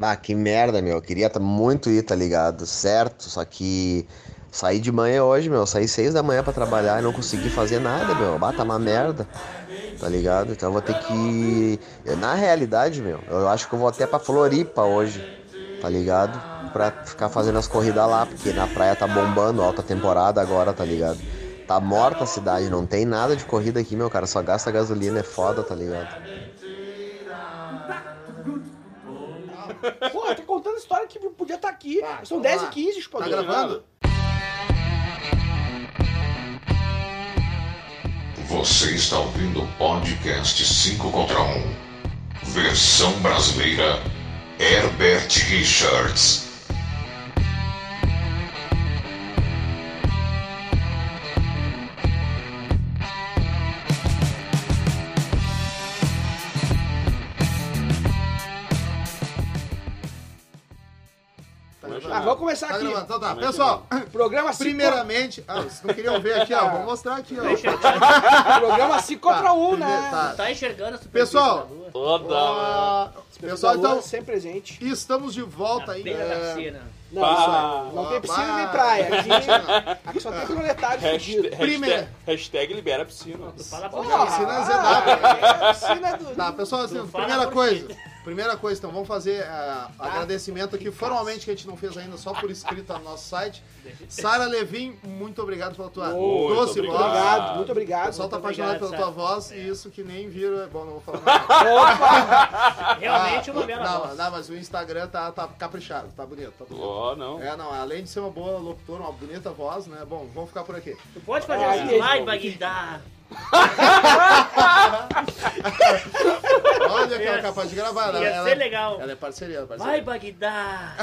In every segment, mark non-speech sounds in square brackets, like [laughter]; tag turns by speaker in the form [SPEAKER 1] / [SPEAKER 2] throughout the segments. [SPEAKER 1] Ah, que merda, meu. Eu queria tá- muito ir, tá ligado? Certo, só que saí de manhã hoje, meu. Saí seis da manhã pra trabalhar e não consegui fazer nada, meu. Bata uma merda, tá ligado? Então eu vou ter que. eu, na realidade, meu, eu acho que eu vou até pra Floripa hoje, tá ligado? Pra ficar fazendo as corridas lá, porque na praia tá bombando, alta temporada agora, tá ligado? Tá morta a cidade, não tem nada de corrida aqui, meu cara. Só gasta gasolina, é foda, tá ligado?
[SPEAKER 2] Pô, tá contando história que podia estar aqui.
[SPEAKER 3] Vai,
[SPEAKER 2] São
[SPEAKER 3] vamos
[SPEAKER 2] 10
[SPEAKER 3] lá.
[SPEAKER 2] e 15, tipo,
[SPEAKER 3] Tá
[SPEAKER 2] agora.
[SPEAKER 3] gravando?
[SPEAKER 4] Você está ouvindo o podcast 5 contra 1. Versão brasileira Herbert Richards.
[SPEAKER 3] Tá
[SPEAKER 2] Ah, vamos começar
[SPEAKER 3] Tá
[SPEAKER 2] aqui.
[SPEAKER 3] gravando, então tá. Pessoal,
[SPEAKER 2] Programa 5
[SPEAKER 3] primeiramente, ah, vocês não queriam ver aqui,
[SPEAKER 5] [laughs]
[SPEAKER 3] ó. Vou mostrar aqui, ó.
[SPEAKER 2] programa 5 contra 1, né?
[SPEAKER 3] Tá.
[SPEAKER 5] Tá enxergando a superfície
[SPEAKER 3] Pessoal,
[SPEAKER 5] da lua?
[SPEAKER 6] Toda.
[SPEAKER 3] Ah,
[SPEAKER 2] Pessoal,
[SPEAKER 3] pessoal, então,
[SPEAKER 2] sempre Tá presente.
[SPEAKER 3] estamos de volta
[SPEAKER 5] Na
[SPEAKER 3] aí.
[SPEAKER 5] beira da
[SPEAKER 3] É,
[SPEAKER 5] piscina.
[SPEAKER 2] Não,
[SPEAKER 6] Pá.
[SPEAKER 2] isso aí. não tem piscina
[SPEAKER 3] Bah.
[SPEAKER 2] nem praia.
[SPEAKER 3] [laughs]
[SPEAKER 2] Aqui, aqui só tem proletário
[SPEAKER 6] Hashtag,
[SPEAKER 2] fudido.
[SPEAKER 3] Primeiro.
[SPEAKER 6] hashtag, hashtag libera a piscina.
[SPEAKER 5] Tu fala por
[SPEAKER 2] Porra,
[SPEAKER 5] mim.
[SPEAKER 3] piscina é
[SPEAKER 2] ah,
[SPEAKER 3] Zenaga.
[SPEAKER 2] é, piscina do...
[SPEAKER 3] tá, pessoal, assim,
[SPEAKER 5] Tu fala
[SPEAKER 3] primeira
[SPEAKER 5] por Tá.
[SPEAKER 3] coisa. Primeira coisa, então, vamos fazer ah, agradecimento aqui
[SPEAKER 5] assim.
[SPEAKER 3] formalmente que a gente não fez ainda, só por escrito no nosso site. Sara Levin, muito obrigado pela tua
[SPEAKER 6] Muito
[SPEAKER 3] doce
[SPEAKER 6] obrigado.
[SPEAKER 3] voz.
[SPEAKER 2] Obrigado, muito
[SPEAKER 3] O
[SPEAKER 2] obrigado.
[SPEAKER 3] pessoal tá
[SPEAKER 5] Muito
[SPEAKER 3] apaixonado
[SPEAKER 5] obrigado,
[SPEAKER 3] pela tua
[SPEAKER 5] Sara. É.
[SPEAKER 3] voz e isso que nem vira. Tá Bom, não vou
[SPEAKER 5] [laughs]
[SPEAKER 3] falar mais. nada.
[SPEAKER 5] Realmente é uma bela
[SPEAKER 3] Ah, não,
[SPEAKER 5] voz.
[SPEAKER 3] não, mas o Instagram tá, tá caprichado, tá bonito, tá bonito.
[SPEAKER 6] Ó, não.
[SPEAKER 3] É, não, além de ser uma boa locutora, uma bonita voz, né? Bom, vamos ficar por
[SPEAKER 5] [laughs]
[SPEAKER 3] aqui.
[SPEAKER 5] Tu pode fazer
[SPEAKER 2] Ai,
[SPEAKER 5] um
[SPEAKER 2] gente.
[SPEAKER 5] slide, Baguindá.
[SPEAKER 3] Olha que ela é
[SPEAKER 5] Ia-
[SPEAKER 3] capaz de gravar. Ela,
[SPEAKER 5] ia
[SPEAKER 3] ela,
[SPEAKER 5] ser legal.
[SPEAKER 3] Ela é parceria, ela é
[SPEAKER 5] Vai,
[SPEAKER 3] parceria. [laughs]
[SPEAKER 5] Baguindá.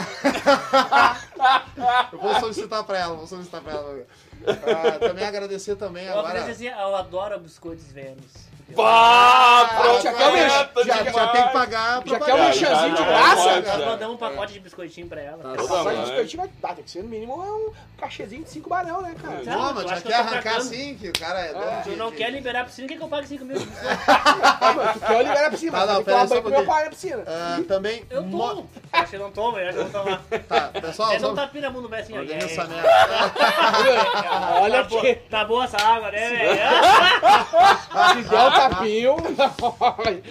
[SPEAKER 3] Eu vou solicitar pra ela, vou solicitar pra ela. Ah, também agradecer também
[SPEAKER 5] Eu
[SPEAKER 3] agora.
[SPEAKER 5] ofereço assim, eu adoro biscoitos Vênus.
[SPEAKER 6] Pá,
[SPEAKER 3] Ah,
[SPEAKER 2] já quer o merchan,
[SPEAKER 6] propaganda
[SPEAKER 3] Já, já tem que pagar pra
[SPEAKER 2] Já quer
[SPEAKER 3] pagar.
[SPEAKER 2] um merchanzinho de
[SPEAKER 6] já,
[SPEAKER 2] graça?
[SPEAKER 6] já.
[SPEAKER 5] Nós
[SPEAKER 3] né?
[SPEAKER 5] mandamos um pacote de biscoitinho pra ela.
[SPEAKER 3] Tá.
[SPEAKER 2] Passagem
[SPEAKER 6] Não,
[SPEAKER 2] de
[SPEAKER 6] é.
[SPEAKER 2] escotinho, mas ah, tem que ser no mínimo é um cachezinho de 5 barão, né, cara?
[SPEAKER 5] Não,
[SPEAKER 3] Não,
[SPEAKER 5] eu
[SPEAKER 3] mas já
[SPEAKER 5] acho que
[SPEAKER 3] quer
[SPEAKER 5] eu tô
[SPEAKER 3] arrancar
[SPEAKER 5] atacando.
[SPEAKER 3] assim, que o cara é dono de-
[SPEAKER 5] Tu não
[SPEAKER 3] de-
[SPEAKER 5] quer liberar a piscina, quer que eu pague 5 mil de biscoito?
[SPEAKER 3] [laughs]
[SPEAKER 2] Ah, mano, tu quer eu liberar a piscina,
[SPEAKER 3] Tá,
[SPEAKER 2] mas
[SPEAKER 3] não,
[SPEAKER 2] tem que
[SPEAKER 3] pera
[SPEAKER 2] tomar
[SPEAKER 3] aí, só
[SPEAKER 2] banho
[SPEAKER 3] um
[SPEAKER 2] pro meu
[SPEAKER 3] pouquinho.
[SPEAKER 2] pai na piscina.
[SPEAKER 3] Ah, também.
[SPEAKER 5] Eu
[SPEAKER 3] mo-
[SPEAKER 5] tomo. Acho que eu não tomo, eu acho que eu vou tomar.
[SPEAKER 3] Tá, pessoal,
[SPEAKER 5] Ele não
[SPEAKER 3] vamos
[SPEAKER 5] tá piramundo, velho, assim. ó.
[SPEAKER 3] organizar essa né?
[SPEAKER 5] É,
[SPEAKER 3] merda.
[SPEAKER 2] Olha
[SPEAKER 5] tá boa-
[SPEAKER 2] que...
[SPEAKER 5] Tá boa essa água, né,
[SPEAKER 3] [laughs]
[SPEAKER 5] velho? [laughs]
[SPEAKER 2] Se der é o
[SPEAKER 7] [laughs]
[SPEAKER 2] tapinho,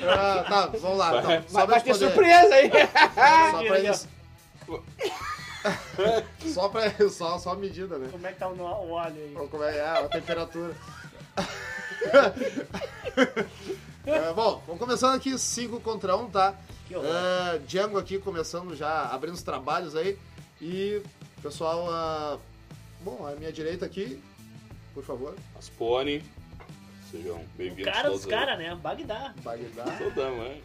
[SPEAKER 3] Ah, tá, vamos lá. Então,
[SPEAKER 2] vai,
[SPEAKER 3] só pra
[SPEAKER 2] vai ter
[SPEAKER 3] responder.
[SPEAKER 2] surpresa aí.
[SPEAKER 3] Só pra eles.
[SPEAKER 2] né? [laughs]
[SPEAKER 3] [laughs] só pra. Só, só medida, né?
[SPEAKER 5] Como é que tá o no- o óleo aí?
[SPEAKER 3] Ou como é ah,
[SPEAKER 2] [laughs]
[SPEAKER 3] a temperatura. É, bom, vamos começando aqui 5 contra 1, um, tá?
[SPEAKER 5] Que horror.
[SPEAKER 3] É, Django aqui começando já, abrindo os trabalhos aí. E pessoal, ah, bom, à minha direita aqui, por favor,
[SPEAKER 6] Aspone. Sejam
[SPEAKER 5] O
[SPEAKER 3] Ah,
[SPEAKER 6] bem-vindos.
[SPEAKER 5] cara dos
[SPEAKER 6] todos aí. né?
[SPEAKER 5] caras, né? Bagdá.
[SPEAKER 3] Bagdá.
[SPEAKER 6] Toda, mãe.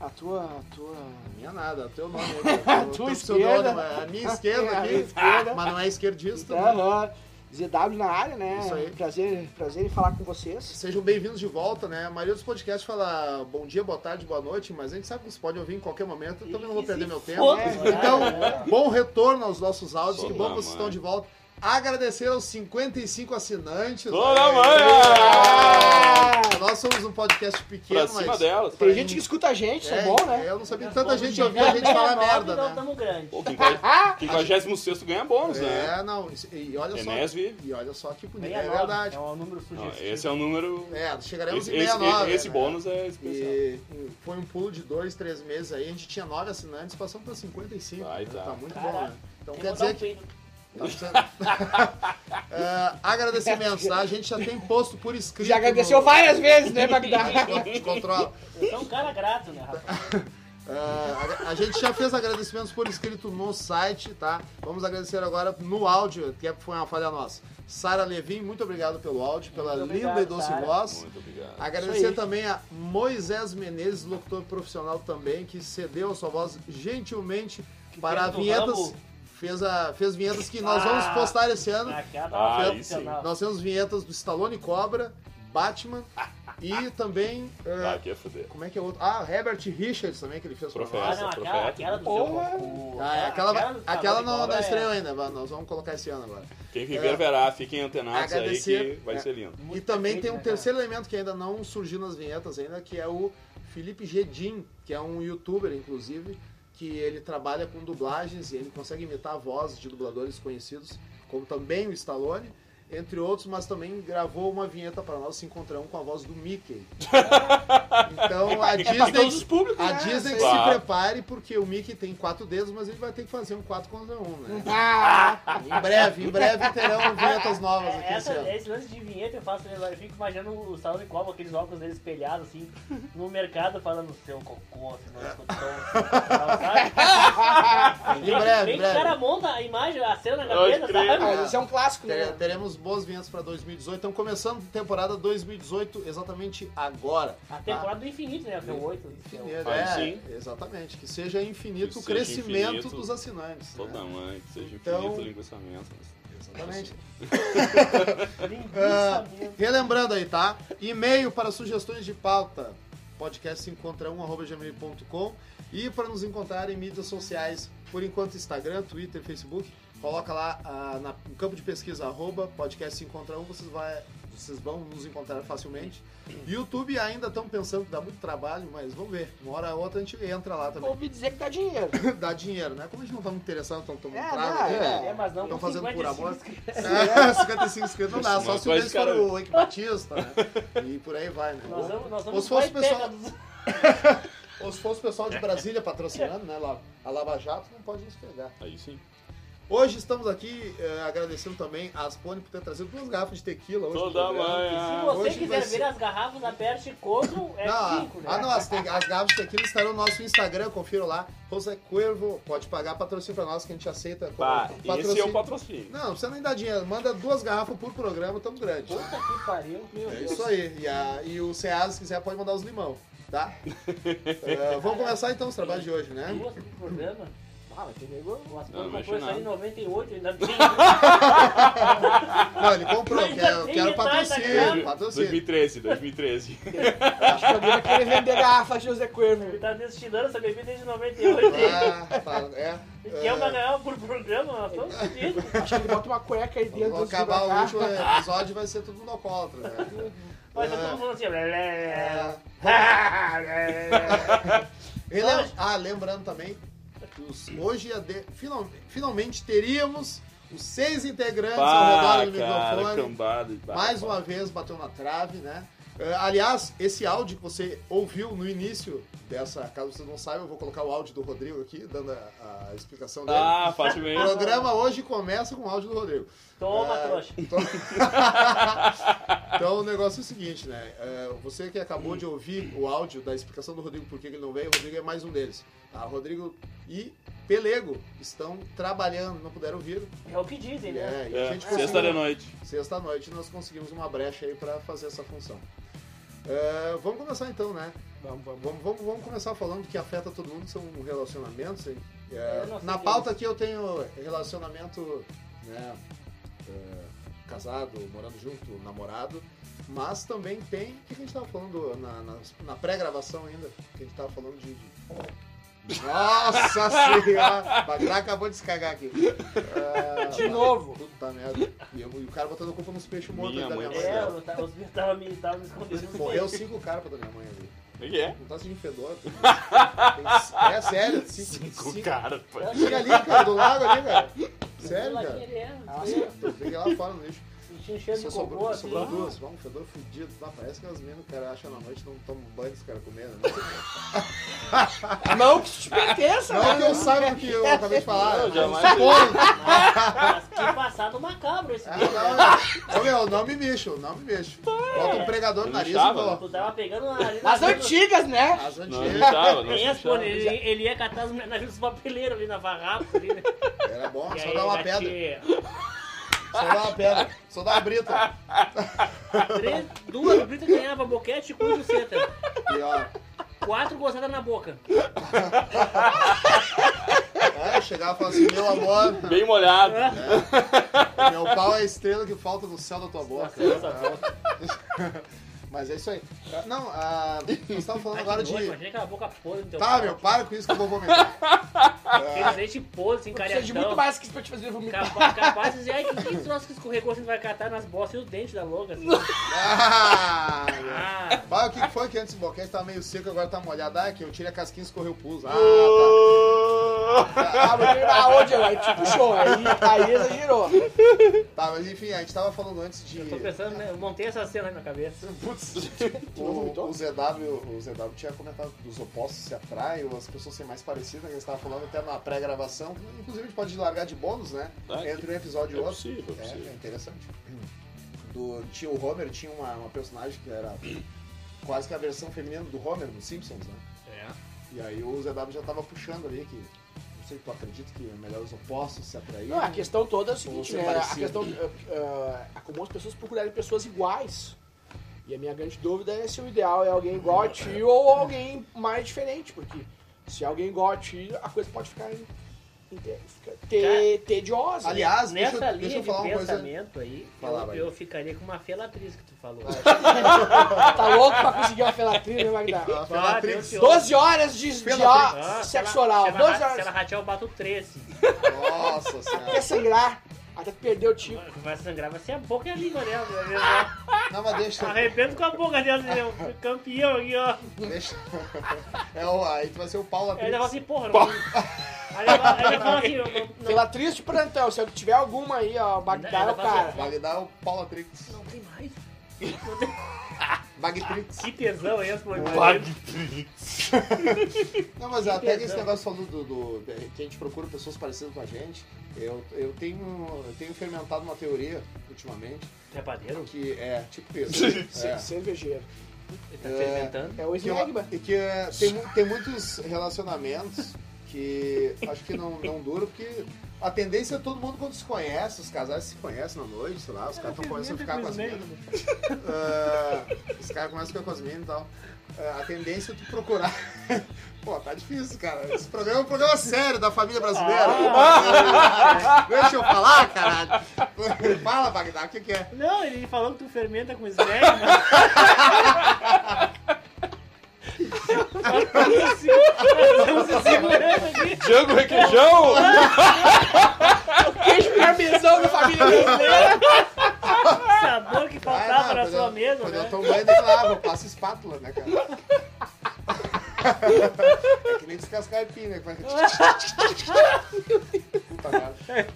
[SPEAKER 2] A tua, a tua...
[SPEAKER 3] Minha nada, teu nome.
[SPEAKER 2] [laughs]
[SPEAKER 3] A
[SPEAKER 2] tua esquerda. É
[SPEAKER 3] a
[SPEAKER 2] [laughs]
[SPEAKER 3] minha esquerda
[SPEAKER 2] A
[SPEAKER 3] aqui.
[SPEAKER 2] minha esquerda.
[SPEAKER 3] Mas não é esquerdista. né?
[SPEAKER 2] Aham. ZW na área, né?
[SPEAKER 3] Isso aí.
[SPEAKER 2] Prazer, prazer em falar com vocês.
[SPEAKER 3] Sejam bem-vindos de volta, né? A maioria dos podcasts fala bom dia, boa tarde, boa noite, mas a gente sabe que você pode ouvir em qualquer momento, Então eu também não vou perder meu tempo.
[SPEAKER 7] É,
[SPEAKER 5] foda,
[SPEAKER 3] Então, bom retorno aos nossos áudios,
[SPEAKER 6] Só
[SPEAKER 3] que bom que
[SPEAKER 6] lá,
[SPEAKER 3] vocês
[SPEAKER 6] mãe.
[SPEAKER 3] estão de volta. Agradecer aos 55 assinantes.
[SPEAKER 6] Toda,
[SPEAKER 3] Olha
[SPEAKER 6] mãe.
[SPEAKER 7] é.
[SPEAKER 3] aí. Nós somos um podcast pequeno,
[SPEAKER 6] Pra cima
[SPEAKER 3] mas...
[SPEAKER 6] delas.
[SPEAKER 2] Tem gente que escuta a gente, isso é,
[SPEAKER 3] É,
[SPEAKER 2] bom, né?
[SPEAKER 3] Eu não sabia que tanta gente ouvia a gente falar merda,
[SPEAKER 5] Não,
[SPEAKER 3] né?
[SPEAKER 5] então tamo grande.
[SPEAKER 6] Pô,
[SPEAKER 3] [laughs]
[SPEAKER 6] 56 ganha bônus, né?
[SPEAKER 3] É, não, isso- e olha só...
[SPEAKER 6] Enesv.
[SPEAKER 3] E olha só que bonito, é
[SPEAKER 5] 69,
[SPEAKER 3] verdade.
[SPEAKER 5] É um número
[SPEAKER 6] Não,
[SPEAKER 5] sugestivo.
[SPEAKER 6] esse é o número.
[SPEAKER 3] É, chegaremos
[SPEAKER 6] Esse,
[SPEAKER 3] em
[SPEAKER 6] esse,
[SPEAKER 3] 69,
[SPEAKER 6] esse
[SPEAKER 3] né?
[SPEAKER 6] bônus é especial.
[SPEAKER 3] E foi um pulo de dois, três meses aí. A gente tinha nove assinantes, passamos para 55.
[SPEAKER 6] Vai,
[SPEAKER 3] né?
[SPEAKER 6] tá.
[SPEAKER 3] muito bom,
[SPEAKER 5] Caraca.
[SPEAKER 3] né? Então
[SPEAKER 5] Tem
[SPEAKER 3] quer
[SPEAKER 5] que botar
[SPEAKER 3] dizer
[SPEAKER 5] um
[SPEAKER 3] que.
[SPEAKER 5] pino.
[SPEAKER 3] Tá precisando... [laughs] É, agradecimentos, tá? A gente já tem posto por escrito.
[SPEAKER 2] Já agradeceu
[SPEAKER 3] no-
[SPEAKER 2] várias vezes, né,
[SPEAKER 3] [laughs]
[SPEAKER 2] Bagdá?
[SPEAKER 3] A gente controla.
[SPEAKER 5] Eu sou um cara grato, né, rapaz?
[SPEAKER 3] É, a- a gente já fez agradecimentos por escrito no site, tá? Vamos agradecer agora no áudio, que é- foi uma falha nossa. Sara Levin, muito obrigado pelo áudio, pela
[SPEAKER 5] Muito
[SPEAKER 3] linda
[SPEAKER 5] obrigado,
[SPEAKER 3] e doce
[SPEAKER 5] Sara.
[SPEAKER 3] voz.
[SPEAKER 6] Muito obrigado.
[SPEAKER 2] Isso aí.
[SPEAKER 3] Agradecer também a Moisés Menezes, locutor profissional também, que cedeu a sua voz gentilmente para
[SPEAKER 5] fez do
[SPEAKER 3] vinhetas.
[SPEAKER 5] ramo.
[SPEAKER 3] Fez, a, fez vinhetas que nós vamos
[SPEAKER 5] Ah,
[SPEAKER 3] postar esse ano.
[SPEAKER 5] Ah, cara,
[SPEAKER 6] Ah,
[SPEAKER 5] tá
[SPEAKER 6] aí sim.
[SPEAKER 5] profissional.
[SPEAKER 3] Nós temos vinhetas do Stallone Cobra, Batman e também. eh,
[SPEAKER 6] Ah, aqui é foder.
[SPEAKER 3] como é que é outro? Ah, Herbert Richards também, que ele fez pra nós.
[SPEAKER 5] Ah, não,
[SPEAKER 6] Profeta. Essa
[SPEAKER 5] aquela,
[SPEAKER 6] profeta.
[SPEAKER 5] aquela do
[SPEAKER 2] Porra.
[SPEAKER 5] seu o-
[SPEAKER 3] Ah, é, aquela
[SPEAKER 5] do
[SPEAKER 3] aquela
[SPEAKER 5] Salvador
[SPEAKER 3] não,
[SPEAKER 5] Iguala
[SPEAKER 3] não
[SPEAKER 5] é-
[SPEAKER 3] estreou ainda, mas nós vamos colocar esse ano agora.
[SPEAKER 6] Quem viver verá, fiquem antenados aí que
[SPEAKER 3] É. Agradecer. É.
[SPEAKER 6] vai ser lindo.
[SPEAKER 3] e também tem um
[SPEAKER 5] né,
[SPEAKER 3] terceiro elemento que ainda não surgiu nas vinhetas ainda, que é o Felipe Gedim, que é um youtuber, inclusive, que ele trabalha com dublagens e ele consegue imitar vozes de dubladores conhecidos, como também o Stallone, entre outros, mas também gravou uma vinheta para nós se encontrarão com a voz do
[SPEAKER 6] [laughs]
[SPEAKER 3] Mickey. Então a
[SPEAKER 6] É pra todos
[SPEAKER 3] Disney
[SPEAKER 6] os públicos,
[SPEAKER 3] a
[SPEAKER 6] né?
[SPEAKER 3] Disney
[SPEAKER 6] Claro.
[SPEAKER 3] se prepare, porque o Mickey tem quatro dedos, mas ele vai ter que fazer um 4 contra 1,
[SPEAKER 6] [laughs]
[SPEAKER 3] né?
[SPEAKER 7] Ah,
[SPEAKER 3] em breve, em breve terão vinhetas novas aqui
[SPEAKER 5] É,
[SPEAKER 3] esse
[SPEAKER 5] essa-
[SPEAKER 3] ano.
[SPEAKER 5] esse lance de vinheta eu faço, eu fico imaginando o Stallone com aqueles óculos dele espelhados
[SPEAKER 3] [laughs]
[SPEAKER 5] assim, no mercado falando seu cocô, seu nariz cotão,
[SPEAKER 3] [laughs]
[SPEAKER 5] seu cotão", sabe?
[SPEAKER 3] Em breve, em
[SPEAKER 5] Bem que o
[SPEAKER 3] breve.
[SPEAKER 5] cara monta a imagem, a cena na
[SPEAKER 6] Pode
[SPEAKER 5] cabeça,
[SPEAKER 6] crer.
[SPEAKER 5] sabe?
[SPEAKER 7] Mas isso é um clássico, né?
[SPEAKER 3] Tere- Teremos boas vinhetas para 2018. Estamos Então, começando a temporada 2018 exatamente agora.
[SPEAKER 5] A
[SPEAKER 3] tá?
[SPEAKER 5] temporada do infinito, né? Até o 8.
[SPEAKER 3] Infinito,
[SPEAKER 6] Ah,
[SPEAKER 3] é,
[SPEAKER 6] sim.
[SPEAKER 3] exatamente. Que seja infinito
[SPEAKER 6] Que
[SPEAKER 3] o
[SPEAKER 6] seja
[SPEAKER 3] crescimento
[SPEAKER 6] infinito.
[SPEAKER 3] dos assinantes. né?
[SPEAKER 6] Toda mãe, que seja infinito
[SPEAKER 3] Então-
[SPEAKER 6] o linguiçamento.
[SPEAKER 3] Exatamente. Ah,
[SPEAKER 5] Linguiça
[SPEAKER 3] relembrando aí, tá? E-mail para sugestões de pauta, podcast se encontra um, arroba gmail.com e para nos encontrar em mídias sociais, por enquanto Instagram, Twitter, Facebook, coloca lá ah, na- no campo de pesquisa arroba podcast se encontra um, vocês, vai- vocês vão nos encontrar facilmente. YouTube ainda estão pensando que dá muito trabalho, mas vamos ver. Uma hora ou outra a gente entra lá também.
[SPEAKER 7] Ouvi dizer que dá dinheiro.
[SPEAKER 3] [laughs] dá dinheiro, né? Como a gente não tá muito interessado, estão tomando
[SPEAKER 7] É,
[SPEAKER 3] trago,
[SPEAKER 7] não,
[SPEAKER 3] né?
[SPEAKER 5] É, mas não
[SPEAKER 3] Estão
[SPEAKER 5] com
[SPEAKER 3] fazendo por
[SPEAKER 5] 55
[SPEAKER 3] amor.
[SPEAKER 5] inscritos.
[SPEAKER 3] [laughs] É, 55 inscritos não dá,
[SPEAKER 6] Nossa,
[SPEAKER 3] só
[SPEAKER 6] mas
[SPEAKER 3] se o deles
[SPEAKER 6] quase,
[SPEAKER 3] for
[SPEAKER 6] cara.
[SPEAKER 3] o Henrique Batista, né? E por aí vai, né?
[SPEAKER 5] Nós vamos, nós
[SPEAKER 3] Ou
[SPEAKER 5] vamos
[SPEAKER 3] se fosse o
[SPEAKER 5] mais
[SPEAKER 3] pessoal-
[SPEAKER 5] perto dos-
[SPEAKER 3] Ou se fosse o pessoal de
[SPEAKER 6] É.
[SPEAKER 3] Brasília patrocinando, né? lá- A Lava Jato não pode nos pegar.
[SPEAKER 6] Aí sim.
[SPEAKER 3] Hoje estamos aqui eh, agradecendo também a Aspone por ter trazido duas garrafas de tequila hoje. pro
[SPEAKER 6] Toda
[SPEAKER 3] programa.
[SPEAKER 5] Se
[SPEAKER 6] manhã.
[SPEAKER 5] você
[SPEAKER 3] Ah, hoje vai
[SPEAKER 5] quiser
[SPEAKER 3] ser-
[SPEAKER 5] ver as garrafas, aperte Ctrl
[SPEAKER 3] Não,
[SPEAKER 5] F5, né?
[SPEAKER 3] ah, não, as, te- as garrafas de tequila estarão no nosso Instagram, confiram lá. José Cuervo pode pagar patrocínio pra nós, que a gente aceita. como
[SPEAKER 6] Pá, esse é
[SPEAKER 3] patrocínio.
[SPEAKER 6] o patrocínio.
[SPEAKER 3] Não, não precisa nem dar dinheiro. Manda duas garrafas por programa, tamo grande.
[SPEAKER 5] Puta que pariu, meu
[SPEAKER 3] É
[SPEAKER 5] Deus.
[SPEAKER 3] isso aí. E, a- e o Ceasa, se quiser, pode mandar os limão,
[SPEAKER 6] [laughs]
[SPEAKER 3] tá? Eh, vamos começar então os trabalhos de hoje, né?
[SPEAKER 5] Duas por programa.
[SPEAKER 7] Ah, mas que negócio.
[SPEAKER 5] O Aspon
[SPEAKER 6] Não,
[SPEAKER 5] comprou
[SPEAKER 6] imagina.
[SPEAKER 5] isso aí em 98, ainda bem.
[SPEAKER 3] Não, ele comprou.
[SPEAKER 5] Ainda
[SPEAKER 3] Quero,
[SPEAKER 5] tem
[SPEAKER 3] quero
[SPEAKER 5] metade da
[SPEAKER 3] patrocínio,
[SPEAKER 5] garrafa.
[SPEAKER 3] É, patrocínio.
[SPEAKER 6] 2013, 2013.
[SPEAKER 7] Acho que alguém vai querer vender garrafa de José
[SPEAKER 5] Ele
[SPEAKER 7] Cuervo.
[SPEAKER 5] tá destilando essa bebida desde 98.
[SPEAKER 3] Ah, tá, é.
[SPEAKER 5] E quer uma garrafa por programa, nós estamos fodidos.
[SPEAKER 7] Acho que ele é bota uma cueca aí dentro
[SPEAKER 3] Vou
[SPEAKER 7] antes de
[SPEAKER 3] acabar o
[SPEAKER 7] botar. [laughs]
[SPEAKER 3] último episódio, vai ser tudo no alcoólatra, né? É.
[SPEAKER 5] Mas tá todo mundo assim. ó.
[SPEAKER 3] Ele é- ah, lembrando também, que os- hoje é de- final- finalmente teríamos os seis integrantes ao
[SPEAKER 6] Pá,
[SPEAKER 3] redor do
[SPEAKER 6] cara,
[SPEAKER 3] microfone.
[SPEAKER 6] cambada. pá,
[SPEAKER 3] Mais
[SPEAKER 6] pá.
[SPEAKER 3] uma vez bateu na trave, né? Eh, aliás, esse áudio que você ouviu no início dessa, caso você não saiba, eu vou colocar o áudio do Rodrigo aqui, dando a, a explicação dele.
[SPEAKER 6] Ah, fácil
[SPEAKER 3] o
[SPEAKER 6] mesmo.
[SPEAKER 3] programa hoje começa com o áudio do Rodrigo.
[SPEAKER 5] Toma,
[SPEAKER 3] Ah,
[SPEAKER 5] trouxa.
[SPEAKER 3] Então... [laughs] Então, o negócio é o seguinte, né? É, você que acabou de ouvir o áudio da explicação do Rodrigo por que que ele não veio, o Rodrigo é mais um deles. Tá? O Rodrigo e Pelego estão trabalhando, não puderam vir.
[SPEAKER 5] É o que dizem,
[SPEAKER 3] E,
[SPEAKER 5] né?
[SPEAKER 3] é, e a
[SPEAKER 6] É,
[SPEAKER 3] gente
[SPEAKER 6] sexta de
[SPEAKER 3] conseguiu-
[SPEAKER 6] noite.
[SPEAKER 3] Sexta-noite nós conseguimos uma brecha aí pra fazer essa função. É, vamos começar então, né?
[SPEAKER 7] Vamos, vamos.
[SPEAKER 3] Vamos, vamos, vamos começar falando que afeta todo mundo, são relacionamentos. hein? É,
[SPEAKER 5] Eu não sei
[SPEAKER 3] na
[SPEAKER 5] que-
[SPEAKER 3] pauta aqui eu tenho relacionamento né, é, casado, morando junto, namorado, mas também tem o que a gente tava falando na, na- na pré-gravação ainda, que a gente tava falando de. de- Nossa
[SPEAKER 5] [laughs]
[SPEAKER 3] senhora! O Bagrá acabou de se cagar aqui. É,
[SPEAKER 7] De novo.
[SPEAKER 3] Puta merda. E, eu- e o cara botando a culpa nos peixes mortos
[SPEAKER 6] Minha
[SPEAKER 3] da minha
[SPEAKER 6] mãe
[SPEAKER 3] mãe.
[SPEAKER 6] do
[SPEAKER 5] É,
[SPEAKER 6] céu.
[SPEAKER 3] né?
[SPEAKER 5] eu tava, eu tava me, tava me escondendo. nos
[SPEAKER 3] Morreu cinco caras pra da minha mãe ali.
[SPEAKER 6] O que é?
[SPEAKER 3] Não tá sentindo
[SPEAKER 5] [laughs]
[SPEAKER 3] fedor. Tem- É sério, cinco, cinco,
[SPEAKER 6] Com cara, pá.
[SPEAKER 5] peitos.
[SPEAKER 3] Fica ali, cara, do lago ali, cara. Sério,
[SPEAKER 5] Ela
[SPEAKER 3] cara.
[SPEAKER 5] queria,
[SPEAKER 3] Nossa, peguei lá fora no lixo.
[SPEAKER 5] Sentia um cheiro
[SPEAKER 3] Só
[SPEAKER 5] de
[SPEAKER 3] sobrou,
[SPEAKER 5] cocô assim.
[SPEAKER 3] sobrou duas. Vamos, um fedor fudido. Ah, parece que as meninas, cara, acham na noite, não tomam banho, os caras comendo. Né?
[SPEAKER 7] Não que isso te pertença,
[SPEAKER 3] Não é que eu
[SPEAKER 7] né?
[SPEAKER 3] saiba o que eu acabei de falar.
[SPEAKER 6] Eu
[SPEAKER 3] mas
[SPEAKER 6] jamais
[SPEAKER 3] se for-
[SPEAKER 5] Mas que passado macabro esse
[SPEAKER 3] Ah,
[SPEAKER 5] bicho, né?
[SPEAKER 3] não, eu- Ô, meu, não me mexo, não me mexo. Bota um pregador no
[SPEAKER 6] Eu
[SPEAKER 3] nariz e
[SPEAKER 6] lixava,
[SPEAKER 3] vou.
[SPEAKER 5] Tu tava pegando uma- ali na
[SPEAKER 7] As antigas, né?
[SPEAKER 3] As
[SPEAKER 6] Não
[SPEAKER 3] antigas.
[SPEAKER 6] deixava, não
[SPEAKER 5] Tem as pô, ele,
[SPEAKER 6] deixava.
[SPEAKER 5] ele ia catar as mulheres dos papeleiros ali na varrapa ali, né?
[SPEAKER 3] Era bom,
[SPEAKER 5] E
[SPEAKER 3] só
[SPEAKER 5] aí,
[SPEAKER 3] dá uma pedra.
[SPEAKER 5] gatinha,
[SPEAKER 3] Só dá uma pedra. Só dá uma brita.
[SPEAKER 5] Três, duas britas ganhava boquete, cu e buceta.
[SPEAKER 3] E ó.
[SPEAKER 5] Quatro gozadas na boca.
[SPEAKER 3] É, chegava e falava assim, meu amor,
[SPEAKER 6] Bem molhado.
[SPEAKER 3] É. meu pau é a estrela que falta no céu da tua boca.
[SPEAKER 5] é
[SPEAKER 3] [laughs] Mas é isso aí. Não, a... nós tava falando agora de.
[SPEAKER 5] Tá Imagina aquela boca podre então. no teu
[SPEAKER 3] Tá,
[SPEAKER 5] pau.
[SPEAKER 3] meu, Ah. para com isso que eu vou vomitar.
[SPEAKER 5] Aqueles dentes podres, sem
[SPEAKER 7] Precisa de muito
[SPEAKER 5] caretão.
[SPEAKER 7] mais que isso pra te fazer vomitar.
[SPEAKER 5] Capaz, assim, capaz de dizer, ai, que, que troço que escorregou, você vai catar nas bostas e o dente da louca. Assim.
[SPEAKER 3] Ah, meu.
[SPEAKER 5] Ah,
[SPEAKER 3] Mas o que foi que antes o boquete tava meio seco, agora tá molhado? Ah, é que eu tirei a casquinha e escorreu o pus. Ah, tá.
[SPEAKER 7] Ah, mas ele- ah, ô, Diego, aí te puxou, aí, aí exagerou.
[SPEAKER 3] Tá, mas enfim, a gente tava falando antes de.
[SPEAKER 5] Eu tô pensando, né? Eu montei essa cena na minha cabeça.
[SPEAKER 3] Putz, o, o ZW, o ZW tinha comentado que os opostos se atraem, ou as pessoas serem mais parecidas, que a gente tava falando até na pré-gravação. Inclusive, a gente pode largar de bônus, né?
[SPEAKER 5] Tá.
[SPEAKER 6] Ah,
[SPEAKER 3] Entre um episódio e
[SPEAKER 6] É
[SPEAKER 3] outro.
[SPEAKER 6] possível, é
[SPEAKER 3] É,
[SPEAKER 6] possível.
[SPEAKER 3] é interessante. Do, tinha o Homer, tinha uma, uma personagem que era quase que a versão feminina do Homer, dos Simpsons, né? É. E aí o ZW já tava puxando ali que. Não sei, tu acredita que é melhor os opostos se atraírem?
[SPEAKER 7] Não, a questão toda é o seguinte,
[SPEAKER 3] Ou
[SPEAKER 7] né?
[SPEAKER 3] ser
[SPEAKER 7] A
[SPEAKER 3] parecido.
[SPEAKER 7] questão ah, ah, é como as pessoas procurarem pessoas iguais. E a minha grande dúvida é se o ideal é alguém igual a ti ou alguém mais diferente, porque se alguém igual a ti, a coisa pode ficar, em- em- fica te- tediosa. né?
[SPEAKER 3] Aliás, deixa,
[SPEAKER 5] Nessa
[SPEAKER 3] eu- deixa
[SPEAKER 5] linha
[SPEAKER 3] eu falar
[SPEAKER 5] de
[SPEAKER 3] uma coisa.
[SPEAKER 5] pensamento aí,
[SPEAKER 3] Fala,
[SPEAKER 5] eu,
[SPEAKER 3] vai. Ah,
[SPEAKER 5] eu ficaria com uma felatriz que tu falou.
[SPEAKER 7] tá louco pra conseguir uma felatriz, né, Magda?
[SPEAKER 3] [laughs] Ah, fala,
[SPEAKER 5] Ah, Deus
[SPEAKER 3] Trix.
[SPEAKER 5] te ouça.
[SPEAKER 7] 12 horas de, de ó-
[SPEAKER 5] Ah, se
[SPEAKER 7] sexo
[SPEAKER 5] ela-
[SPEAKER 7] oral.
[SPEAKER 5] Se ela,
[SPEAKER 7] 12
[SPEAKER 5] ra- se ela
[SPEAKER 7] horas.
[SPEAKER 5] ratear, eu bato 13.
[SPEAKER 3] Nossa
[SPEAKER 7] Até
[SPEAKER 3] senhora.
[SPEAKER 7] sangrar, É até perder o tipo.
[SPEAKER 5] Vai sangrar, vai ser a boca e a língua dela. meu Deus, ó.
[SPEAKER 3] Não, mas deixa.
[SPEAKER 5] Arrebento com a boca dela, entendeu? campeão aqui, ó.
[SPEAKER 3] Deixa. [laughs] É o, aí tu vai ser o Paula
[SPEAKER 5] Aí
[SPEAKER 3] Trix.
[SPEAKER 5] ele fala assim, porra, não. Aí ele fala- aí ele fala assim, não- não-
[SPEAKER 7] Felatriz de plantão, se eu tiver alguma aí, ó, Bagdá é o cara.
[SPEAKER 3] Vai lhe dar o Paula Trix.
[SPEAKER 5] não tem
[SPEAKER 3] [laughs]
[SPEAKER 5] mais.
[SPEAKER 3] Bagtrix.
[SPEAKER 5] Que tesão esse, pô.
[SPEAKER 3] Não, mas até que esse
[SPEAKER 5] tesão.
[SPEAKER 3] negócio falou do, do- de- que a gente procura pessoas parecidas com a gente. Eu, eu, tenho, eu tenho fermentado uma teoria ultimamente
[SPEAKER 5] Trepadeiro?
[SPEAKER 3] que é tipo isso.
[SPEAKER 7] Sim,
[SPEAKER 3] é,
[SPEAKER 7] cervejeiro.
[SPEAKER 5] Ele tá experimentando.
[SPEAKER 7] É o
[SPEAKER 3] que eu-
[SPEAKER 7] Snagba.
[SPEAKER 3] e que é, tem, mu- tem muitos relacionamentos que acho que não, não duram porque a tendência é todo mundo quando se conhece, os casais se conhecem na noite, sei lá, os
[SPEAKER 5] É,
[SPEAKER 3] caras tão Então, começando a ficar com
[SPEAKER 5] né?
[SPEAKER 3] as minas. Ah, os caras começam a ficar com as minas e tal. Ah, a tendência é tu procurar. [laughs] Pô, tá difícil, cara. Esse programa é um programa sério da família brasileira.
[SPEAKER 5] Ah.
[SPEAKER 3] Deixa eu falar, caralho. Fala, Bagdá, o que, que é?
[SPEAKER 5] Não, ele falou que tu fermenta com snack, mas... Nós estamos se segurando aqui.
[SPEAKER 6] Django Requeijão!
[SPEAKER 7] Queijo parmesão da família brasileira.
[SPEAKER 5] Sabor que faltava na
[SPEAKER 3] quando
[SPEAKER 5] sua
[SPEAKER 3] eu-
[SPEAKER 5] mesa,
[SPEAKER 3] Quando
[SPEAKER 5] né?
[SPEAKER 3] eu tomo banho, eu lavo, eu passo espátula, né,
[SPEAKER 5] [laughs]
[SPEAKER 3] cara? É que nem descascar aipim, né? que faz-
[SPEAKER 5] É.
[SPEAKER 3] Puta merda.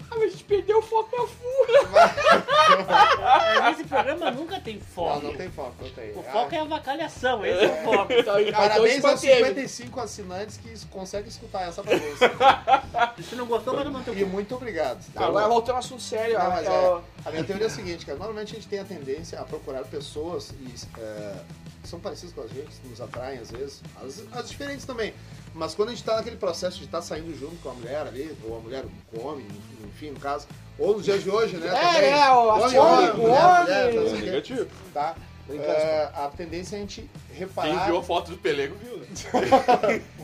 [SPEAKER 7] Ah, mas a gente perdeu o foco na fuga.
[SPEAKER 5] Mas esse programa nunca tem
[SPEAKER 3] Não,
[SPEAKER 5] foco.
[SPEAKER 3] não tem foco, não tem.
[SPEAKER 5] O foco
[SPEAKER 3] Ah,
[SPEAKER 5] é a avacalhação, esse é o foco.
[SPEAKER 7] Tá
[SPEAKER 3] Então, Parabéns aos
[SPEAKER 7] Então, manteve.
[SPEAKER 3] 55 assinantes que conseguem escutar essa pra
[SPEAKER 5] [laughs]
[SPEAKER 3] você.
[SPEAKER 5] Se não gostou, vai tomar no teu
[SPEAKER 3] E
[SPEAKER 5] cu.
[SPEAKER 3] muito obrigado.
[SPEAKER 5] Ah,
[SPEAKER 7] Agora voltando ao assunto sério,
[SPEAKER 3] Não,
[SPEAKER 7] ó,
[SPEAKER 3] mas
[SPEAKER 7] é
[SPEAKER 3] é.
[SPEAKER 7] o-
[SPEAKER 3] A minha teoria é a seguinte, cara. Normalmente a gente tem a tendência a procurar pessoas e, é, que são parecidas com a gente, que nos atraem às vezes, as, as diferentes também. Mas quando a gente tá naquele processo de estar saindo junto com a mulher ali, ou a mulher com o homem, enfim, no caso, ou nos dias de hoje, né?
[SPEAKER 7] É,
[SPEAKER 3] também,
[SPEAKER 7] né, o- a
[SPEAKER 3] homem,
[SPEAKER 7] fome,
[SPEAKER 3] homem,
[SPEAKER 7] o
[SPEAKER 3] mulher, mulher,
[SPEAKER 7] homem.
[SPEAKER 3] não
[SPEAKER 6] É
[SPEAKER 3] sei o quê,
[SPEAKER 6] negativo.
[SPEAKER 3] tá? É, a tendência é a gente
[SPEAKER 6] Quem
[SPEAKER 3] reparar,
[SPEAKER 6] viu a foto do Pelego viu, né?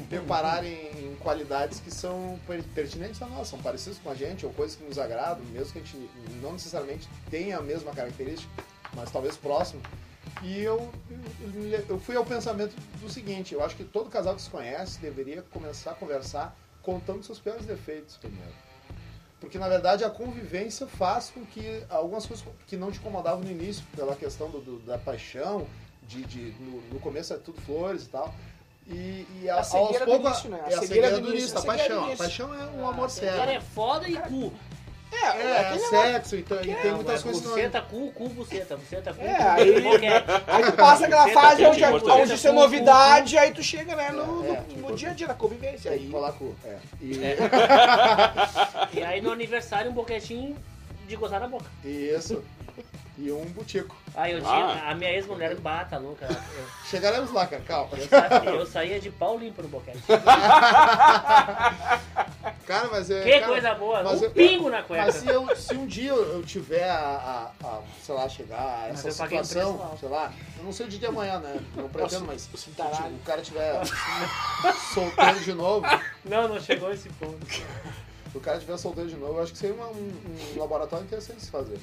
[SPEAKER 3] reparar em, em qualidades que são per- pertinentes a nós, são parecidas com a gente, ou coisas que nos agradam, mesmo que a gente não necessariamente tenha a mesma característica, mas talvez próximo. E eu, eu, eu fui ao pensamento do seguinte: eu acho que todo casal que se conhece deveria começar a conversar contando seus piores defeitos primeiro. Porque na verdade a convivência faz com que algumas coisas que não te incomodavam no início, pela questão do, do- da paixão, de, de- no, no começo é tudo flores e tal. E, e a,
[SPEAKER 7] A cegueira do
[SPEAKER 3] aos poucos.
[SPEAKER 7] início, né?
[SPEAKER 3] É a cegueira do início, a
[SPEAKER 7] a cegueira do
[SPEAKER 3] paixão. A
[SPEAKER 7] início.
[SPEAKER 3] paixão é um amor
[SPEAKER 5] Cara,
[SPEAKER 3] sério.
[SPEAKER 5] é foda e cu.
[SPEAKER 7] É,
[SPEAKER 3] É,
[SPEAKER 7] é
[SPEAKER 3] é
[SPEAKER 7] aquele É, negócio.
[SPEAKER 3] sexo, e, tem- e tem muitas coisas que não.
[SPEAKER 5] Buceta, cu, cu, buceta. Buceta, cu,
[SPEAKER 7] É,
[SPEAKER 5] cu,
[SPEAKER 7] aí-
[SPEAKER 5] boquete.
[SPEAKER 7] Aí tu passa aquela
[SPEAKER 5] Buceta,
[SPEAKER 7] fase
[SPEAKER 5] cu,
[SPEAKER 7] onde,
[SPEAKER 5] cu,
[SPEAKER 6] importante.
[SPEAKER 7] onde isso é
[SPEAKER 5] buceta, cu,
[SPEAKER 7] novidade, aí tu chega, né, no, no-
[SPEAKER 3] É, é,
[SPEAKER 7] no dia a dia, na convivência.
[SPEAKER 3] Tem
[SPEAKER 7] Aí,
[SPEAKER 3] que colar cu. É. E-
[SPEAKER 5] cu, cu. E aí no aniversário, um boquetinho de gozar na boca.
[SPEAKER 3] e isso. E um butico.
[SPEAKER 5] Aí eu
[SPEAKER 6] Ah.
[SPEAKER 5] tinha... A minha ex-mulher bata, louca. Eu-
[SPEAKER 3] Chegaremos lá, cara, calma.
[SPEAKER 5] Eu, sa- eu saía de pau limpo no boquete.
[SPEAKER 3] Cara, mas é.
[SPEAKER 5] Que
[SPEAKER 3] cara,
[SPEAKER 5] coisa boa,
[SPEAKER 3] mas
[SPEAKER 5] um
[SPEAKER 3] eu-
[SPEAKER 5] pingo na cueca.
[SPEAKER 3] Mas se, eu- se um dia eu eu tiver a, a- a, sei lá, chegar a
[SPEAKER 5] Mas
[SPEAKER 3] essa
[SPEAKER 5] eu paguei um preço
[SPEAKER 3] situação,
[SPEAKER 5] alto.
[SPEAKER 3] sei lá, eu não sei o dia de amanhã, né? Não pretendo, mas se
[SPEAKER 5] tá
[SPEAKER 3] tipo, o
[SPEAKER 7] tarado.
[SPEAKER 3] cara tiver soltando de novo,
[SPEAKER 5] Não, não chegou esse ponto.
[SPEAKER 3] se o cara tiver soltando de novo, eu acho que seria uma- um, um laboratório interessante de se fazer.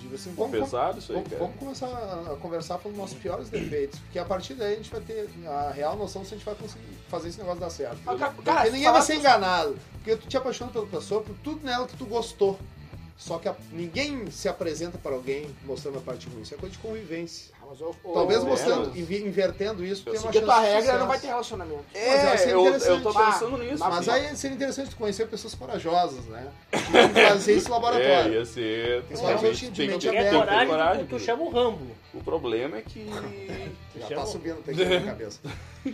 [SPEAKER 3] Digo assim, vamos, vamos,
[SPEAKER 6] Pesado isso aí,
[SPEAKER 3] vamos,
[SPEAKER 6] cara.
[SPEAKER 3] começar a a conversar pelos nossos piores defeitos, porque a partir daí a gente vai ter a real noção se a gente vai conseguir fazer esse negócio dar certo.
[SPEAKER 7] Ah, cara,
[SPEAKER 3] Porque ninguém vai
[SPEAKER 7] falar
[SPEAKER 3] ser enganado. Porque tu te apaixona pela pessoa por tudo nela que tu gostou. Só que a- ninguém se apresenta pra alguém mostrando a parte ruim. Isso é coisa de convivência.
[SPEAKER 7] Ah, mas eu,
[SPEAKER 3] Talvez
[SPEAKER 7] eu-
[SPEAKER 3] mostrando, invi- invertendo isso,
[SPEAKER 6] Eu
[SPEAKER 3] tem uma
[SPEAKER 7] Porque
[SPEAKER 3] chance
[SPEAKER 7] tua
[SPEAKER 3] de
[SPEAKER 7] regra
[SPEAKER 3] sucesso.
[SPEAKER 7] não vai ter relacionamento.
[SPEAKER 3] eu achei
[SPEAKER 6] É, eu, eu tô
[SPEAKER 3] interessante.
[SPEAKER 6] pensando nisso.
[SPEAKER 3] Mas
[SPEAKER 7] é
[SPEAKER 6] sim.
[SPEAKER 3] aí seria interessante tu conhecer pessoas corajosas, né? E fazer esse
[SPEAKER 6] É,
[SPEAKER 3] laboratório.
[SPEAKER 6] ia ser.
[SPEAKER 3] Mas
[SPEAKER 6] realmente
[SPEAKER 3] realmente de
[SPEAKER 6] tem que
[SPEAKER 3] mente
[SPEAKER 6] ter- tem
[SPEAKER 5] É
[SPEAKER 3] aberta.
[SPEAKER 6] que ter
[SPEAKER 5] coragem,
[SPEAKER 6] coragem.
[SPEAKER 5] tu, tu chama o Rambo.
[SPEAKER 6] O problema é que.
[SPEAKER 3] Já
[SPEAKER 5] Chama-
[SPEAKER 3] tá subindo, tem que ter na cabeça.
[SPEAKER 6] o
[SPEAKER 7] Ah,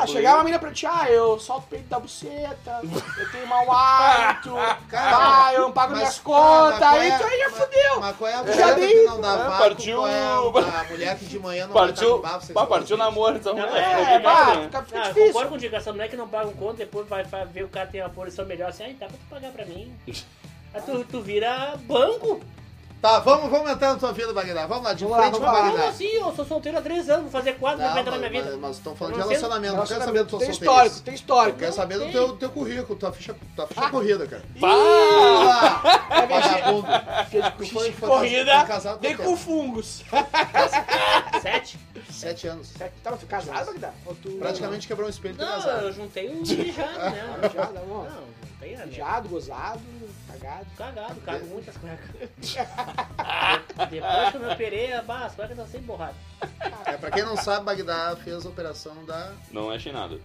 [SPEAKER 6] problema-
[SPEAKER 7] chegar uma mina pra ti, ah, eu solto o peito da buceta, eu tenho mau hálito,
[SPEAKER 3] Cara,
[SPEAKER 7] ah, eu não pago
[SPEAKER 3] mas-
[SPEAKER 7] minhas
[SPEAKER 3] ah,
[SPEAKER 7] contas,
[SPEAKER 3] mas
[SPEAKER 7] aí
[SPEAKER 3] qual é-
[SPEAKER 7] tu aí já
[SPEAKER 3] mas-
[SPEAKER 7] fudeu.
[SPEAKER 3] Mas qual é a
[SPEAKER 7] Já
[SPEAKER 3] mulher
[SPEAKER 7] dei-
[SPEAKER 3] que não dá
[SPEAKER 6] É,
[SPEAKER 3] vácuo?
[SPEAKER 6] partiu-
[SPEAKER 3] Qual é a mulher que de manhã não
[SPEAKER 6] Partiu.
[SPEAKER 3] vai dar com
[SPEAKER 6] Pá, partiu namoro, então.
[SPEAKER 5] Não,
[SPEAKER 6] é
[SPEAKER 5] é,
[SPEAKER 7] É,
[SPEAKER 6] complicado,
[SPEAKER 7] pá,
[SPEAKER 6] né?
[SPEAKER 7] fica, fica
[SPEAKER 5] Ah, eu
[SPEAKER 7] difícil.
[SPEAKER 5] concordo com indicação, não é que não pagam conta, depois vai fa- ver o cara tem uma posição melhor assim, ah, dá pra tu pagar pra mim. Aí tu, tu vira banco.
[SPEAKER 3] Tá, vamos, vamos entrar na tua vida, Bagdá. Vamos lá, de
[SPEAKER 7] Vamos lá,
[SPEAKER 3] frente
[SPEAKER 7] vamos
[SPEAKER 3] pra
[SPEAKER 7] lá.
[SPEAKER 5] Não,
[SPEAKER 3] Bagdá. Tá,
[SPEAKER 5] assim, eu sou solteiro há três anos, vou fazer quatro, não vai entrar na minha vida.
[SPEAKER 3] né? Mas estão falando de
[SPEAKER 5] Não sei-
[SPEAKER 3] relacionamento, não quero saber do teu
[SPEAKER 7] tem
[SPEAKER 3] solteiro.
[SPEAKER 7] histórico, tem Ah.
[SPEAKER 3] Eu
[SPEAKER 7] histórico.
[SPEAKER 3] quero saber do teu, teu currículo, tua ficha, tua ficha corrida, cara.
[SPEAKER 6] Pá!
[SPEAKER 3] Ah, vagabundo. Tu foi, foi, foi
[SPEAKER 7] Corrida,
[SPEAKER 3] casado
[SPEAKER 7] vem
[SPEAKER 3] quanto
[SPEAKER 7] com fungos.
[SPEAKER 5] Sete?
[SPEAKER 3] tempo? Sete anos.
[SPEAKER 7] Tava tu casado, Bagdá? Ou tu...
[SPEAKER 3] Praticamente quebrou um espelho tu
[SPEAKER 5] Não,
[SPEAKER 3] casado.
[SPEAKER 5] eu juntei um mijado, né? mano?
[SPEAKER 7] Mijado, amor?
[SPEAKER 5] Não, né? juntei nada.
[SPEAKER 7] Mijado, gozado, cagado.
[SPEAKER 5] Cagado, cago muitas cuecas. Depois que eu me operei, bah, as cuecas tá estão sempre borradas.
[SPEAKER 3] É, pra quem não sabe, Bagdá fez a operação da...
[SPEAKER 5] é.
[SPEAKER 6] Não achei nada.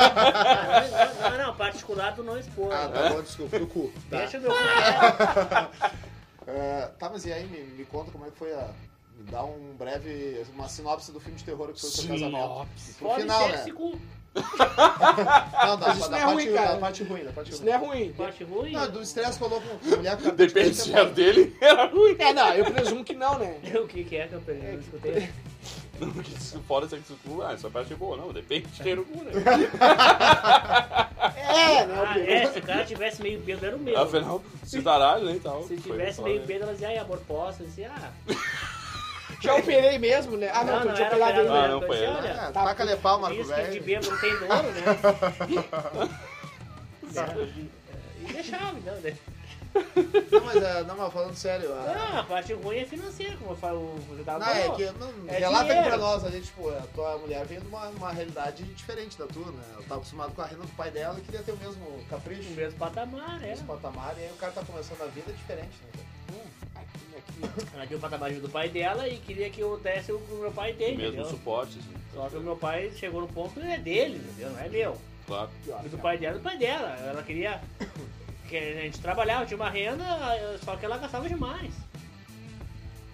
[SPEAKER 5] Não, não, não, particular tu não expor.
[SPEAKER 3] Ah, tá bom, desculpa, do cu. Tá,
[SPEAKER 5] Deixa o meu cu.
[SPEAKER 3] É, tá mas e aí, me, me conta como é que foi a... Me dá um breve... Uma sinopse do filme de terror que foi o seu casamento. No
[SPEAKER 5] Come
[SPEAKER 3] final,
[SPEAKER 5] sexo
[SPEAKER 3] né?
[SPEAKER 5] e cu.
[SPEAKER 3] Não, tá, da,
[SPEAKER 7] Mas isso não
[SPEAKER 3] da,
[SPEAKER 7] é
[SPEAKER 3] parte,
[SPEAKER 7] ruim,
[SPEAKER 3] da
[SPEAKER 7] cara.
[SPEAKER 3] parte ruim, da parte
[SPEAKER 7] Isso
[SPEAKER 3] ruim.
[SPEAKER 7] não é ruim.
[SPEAKER 5] Parte ruim.
[SPEAKER 3] Não, do estresse colou com mulher com cabelo de
[SPEAKER 5] é
[SPEAKER 6] Depende
[SPEAKER 3] cabeça tá
[SPEAKER 6] se é
[SPEAKER 3] branca.
[SPEAKER 6] era dele, [laughs] era ruim.
[SPEAKER 7] É, não, eu presumo que não, né?
[SPEAKER 5] [laughs] O que que é, campeão? Eu não escutei.
[SPEAKER 6] Não, porque se fora sexo cu, ah, essa parte é boa, não. Depende de cheiro cu, né?
[SPEAKER 7] É, né?
[SPEAKER 5] Ah,
[SPEAKER 7] o
[SPEAKER 5] é, se o cara tivesse meio bêbado, era o meu.
[SPEAKER 6] Afinal, se taralho, né, e tal.
[SPEAKER 5] Se
[SPEAKER 6] Foi
[SPEAKER 5] tivesse
[SPEAKER 6] só,
[SPEAKER 5] meio
[SPEAKER 6] né?
[SPEAKER 5] bêbado, ela dizia, "Ah, ai, amor, posso? Eu dizia, ah,
[SPEAKER 7] é. Já operei mesmo, né? Ah, não,
[SPEAKER 5] não,
[SPEAKER 7] tu
[SPEAKER 5] não,
[SPEAKER 7] tinha
[SPEAKER 5] era
[SPEAKER 7] operado
[SPEAKER 5] operado,
[SPEAKER 7] ainda.
[SPEAKER 6] Ah,
[SPEAKER 5] né?
[SPEAKER 6] não,
[SPEAKER 5] Eu
[SPEAKER 6] foi
[SPEAKER 5] dizia,
[SPEAKER 6] ele.
[SPEAKER 5] olha,
[SPEAKER 3] Ah, taca lepau, Marco
[SPEAKER 5] isso que de
[SPEAKER 3] Velho.
[SPEAKER 5] bêbado não tem dono, né?
[SPEAKER 3] [laughs]
[SPEAKER 5] É, E deixava, então, né?
[SPEAKER 3] Não, mas, é, não, mas falando sério. a-
[SPEAKER 5] Ah, a parte ruim é financeira, como eu falo, você tava
[SPEAKER 3] Não, é
[SPEAKER 5] falando.
[SPEAKER 3] que. Não,
[SPEAKER 5] tá É
[SPEAKER 3] relata aí
[SPEAKER 5] dinheiro.
[SPEAKER 3] pra nós ali, tipo, a tua mulher veio de uma, uma realidade diferente da tua, né? Ela tava acostumada com a renda do pai dela e queria ter o mesmo capricho,
[SPEAKER 5] No
[SPEAKER 3] o mesmo
[SPEAKER 5] mesmo patamar, é.
[SPEAKER 3] patamar, e aí o cara tá começando a vida diferente, né?
[SPEAKER 5] Ela tinha o patamar do pai dela e queria que eu desse o que o meu pai tem,
[SPEAKER 6] Mesmo
[SPEAKER 5] entendeu?
[SPEAKER 6] suporte, assim,
[SPEAKER 5] Só que o meu pai chegou no ponto que é dele, entendeu? Não é meu.
[SPEAKER 6] claro.
[SPEAKER 5] E do pai dela, do pai dela. Ela queria. que a gente trabalhava, tinha uma renda, só que ela gastava demais.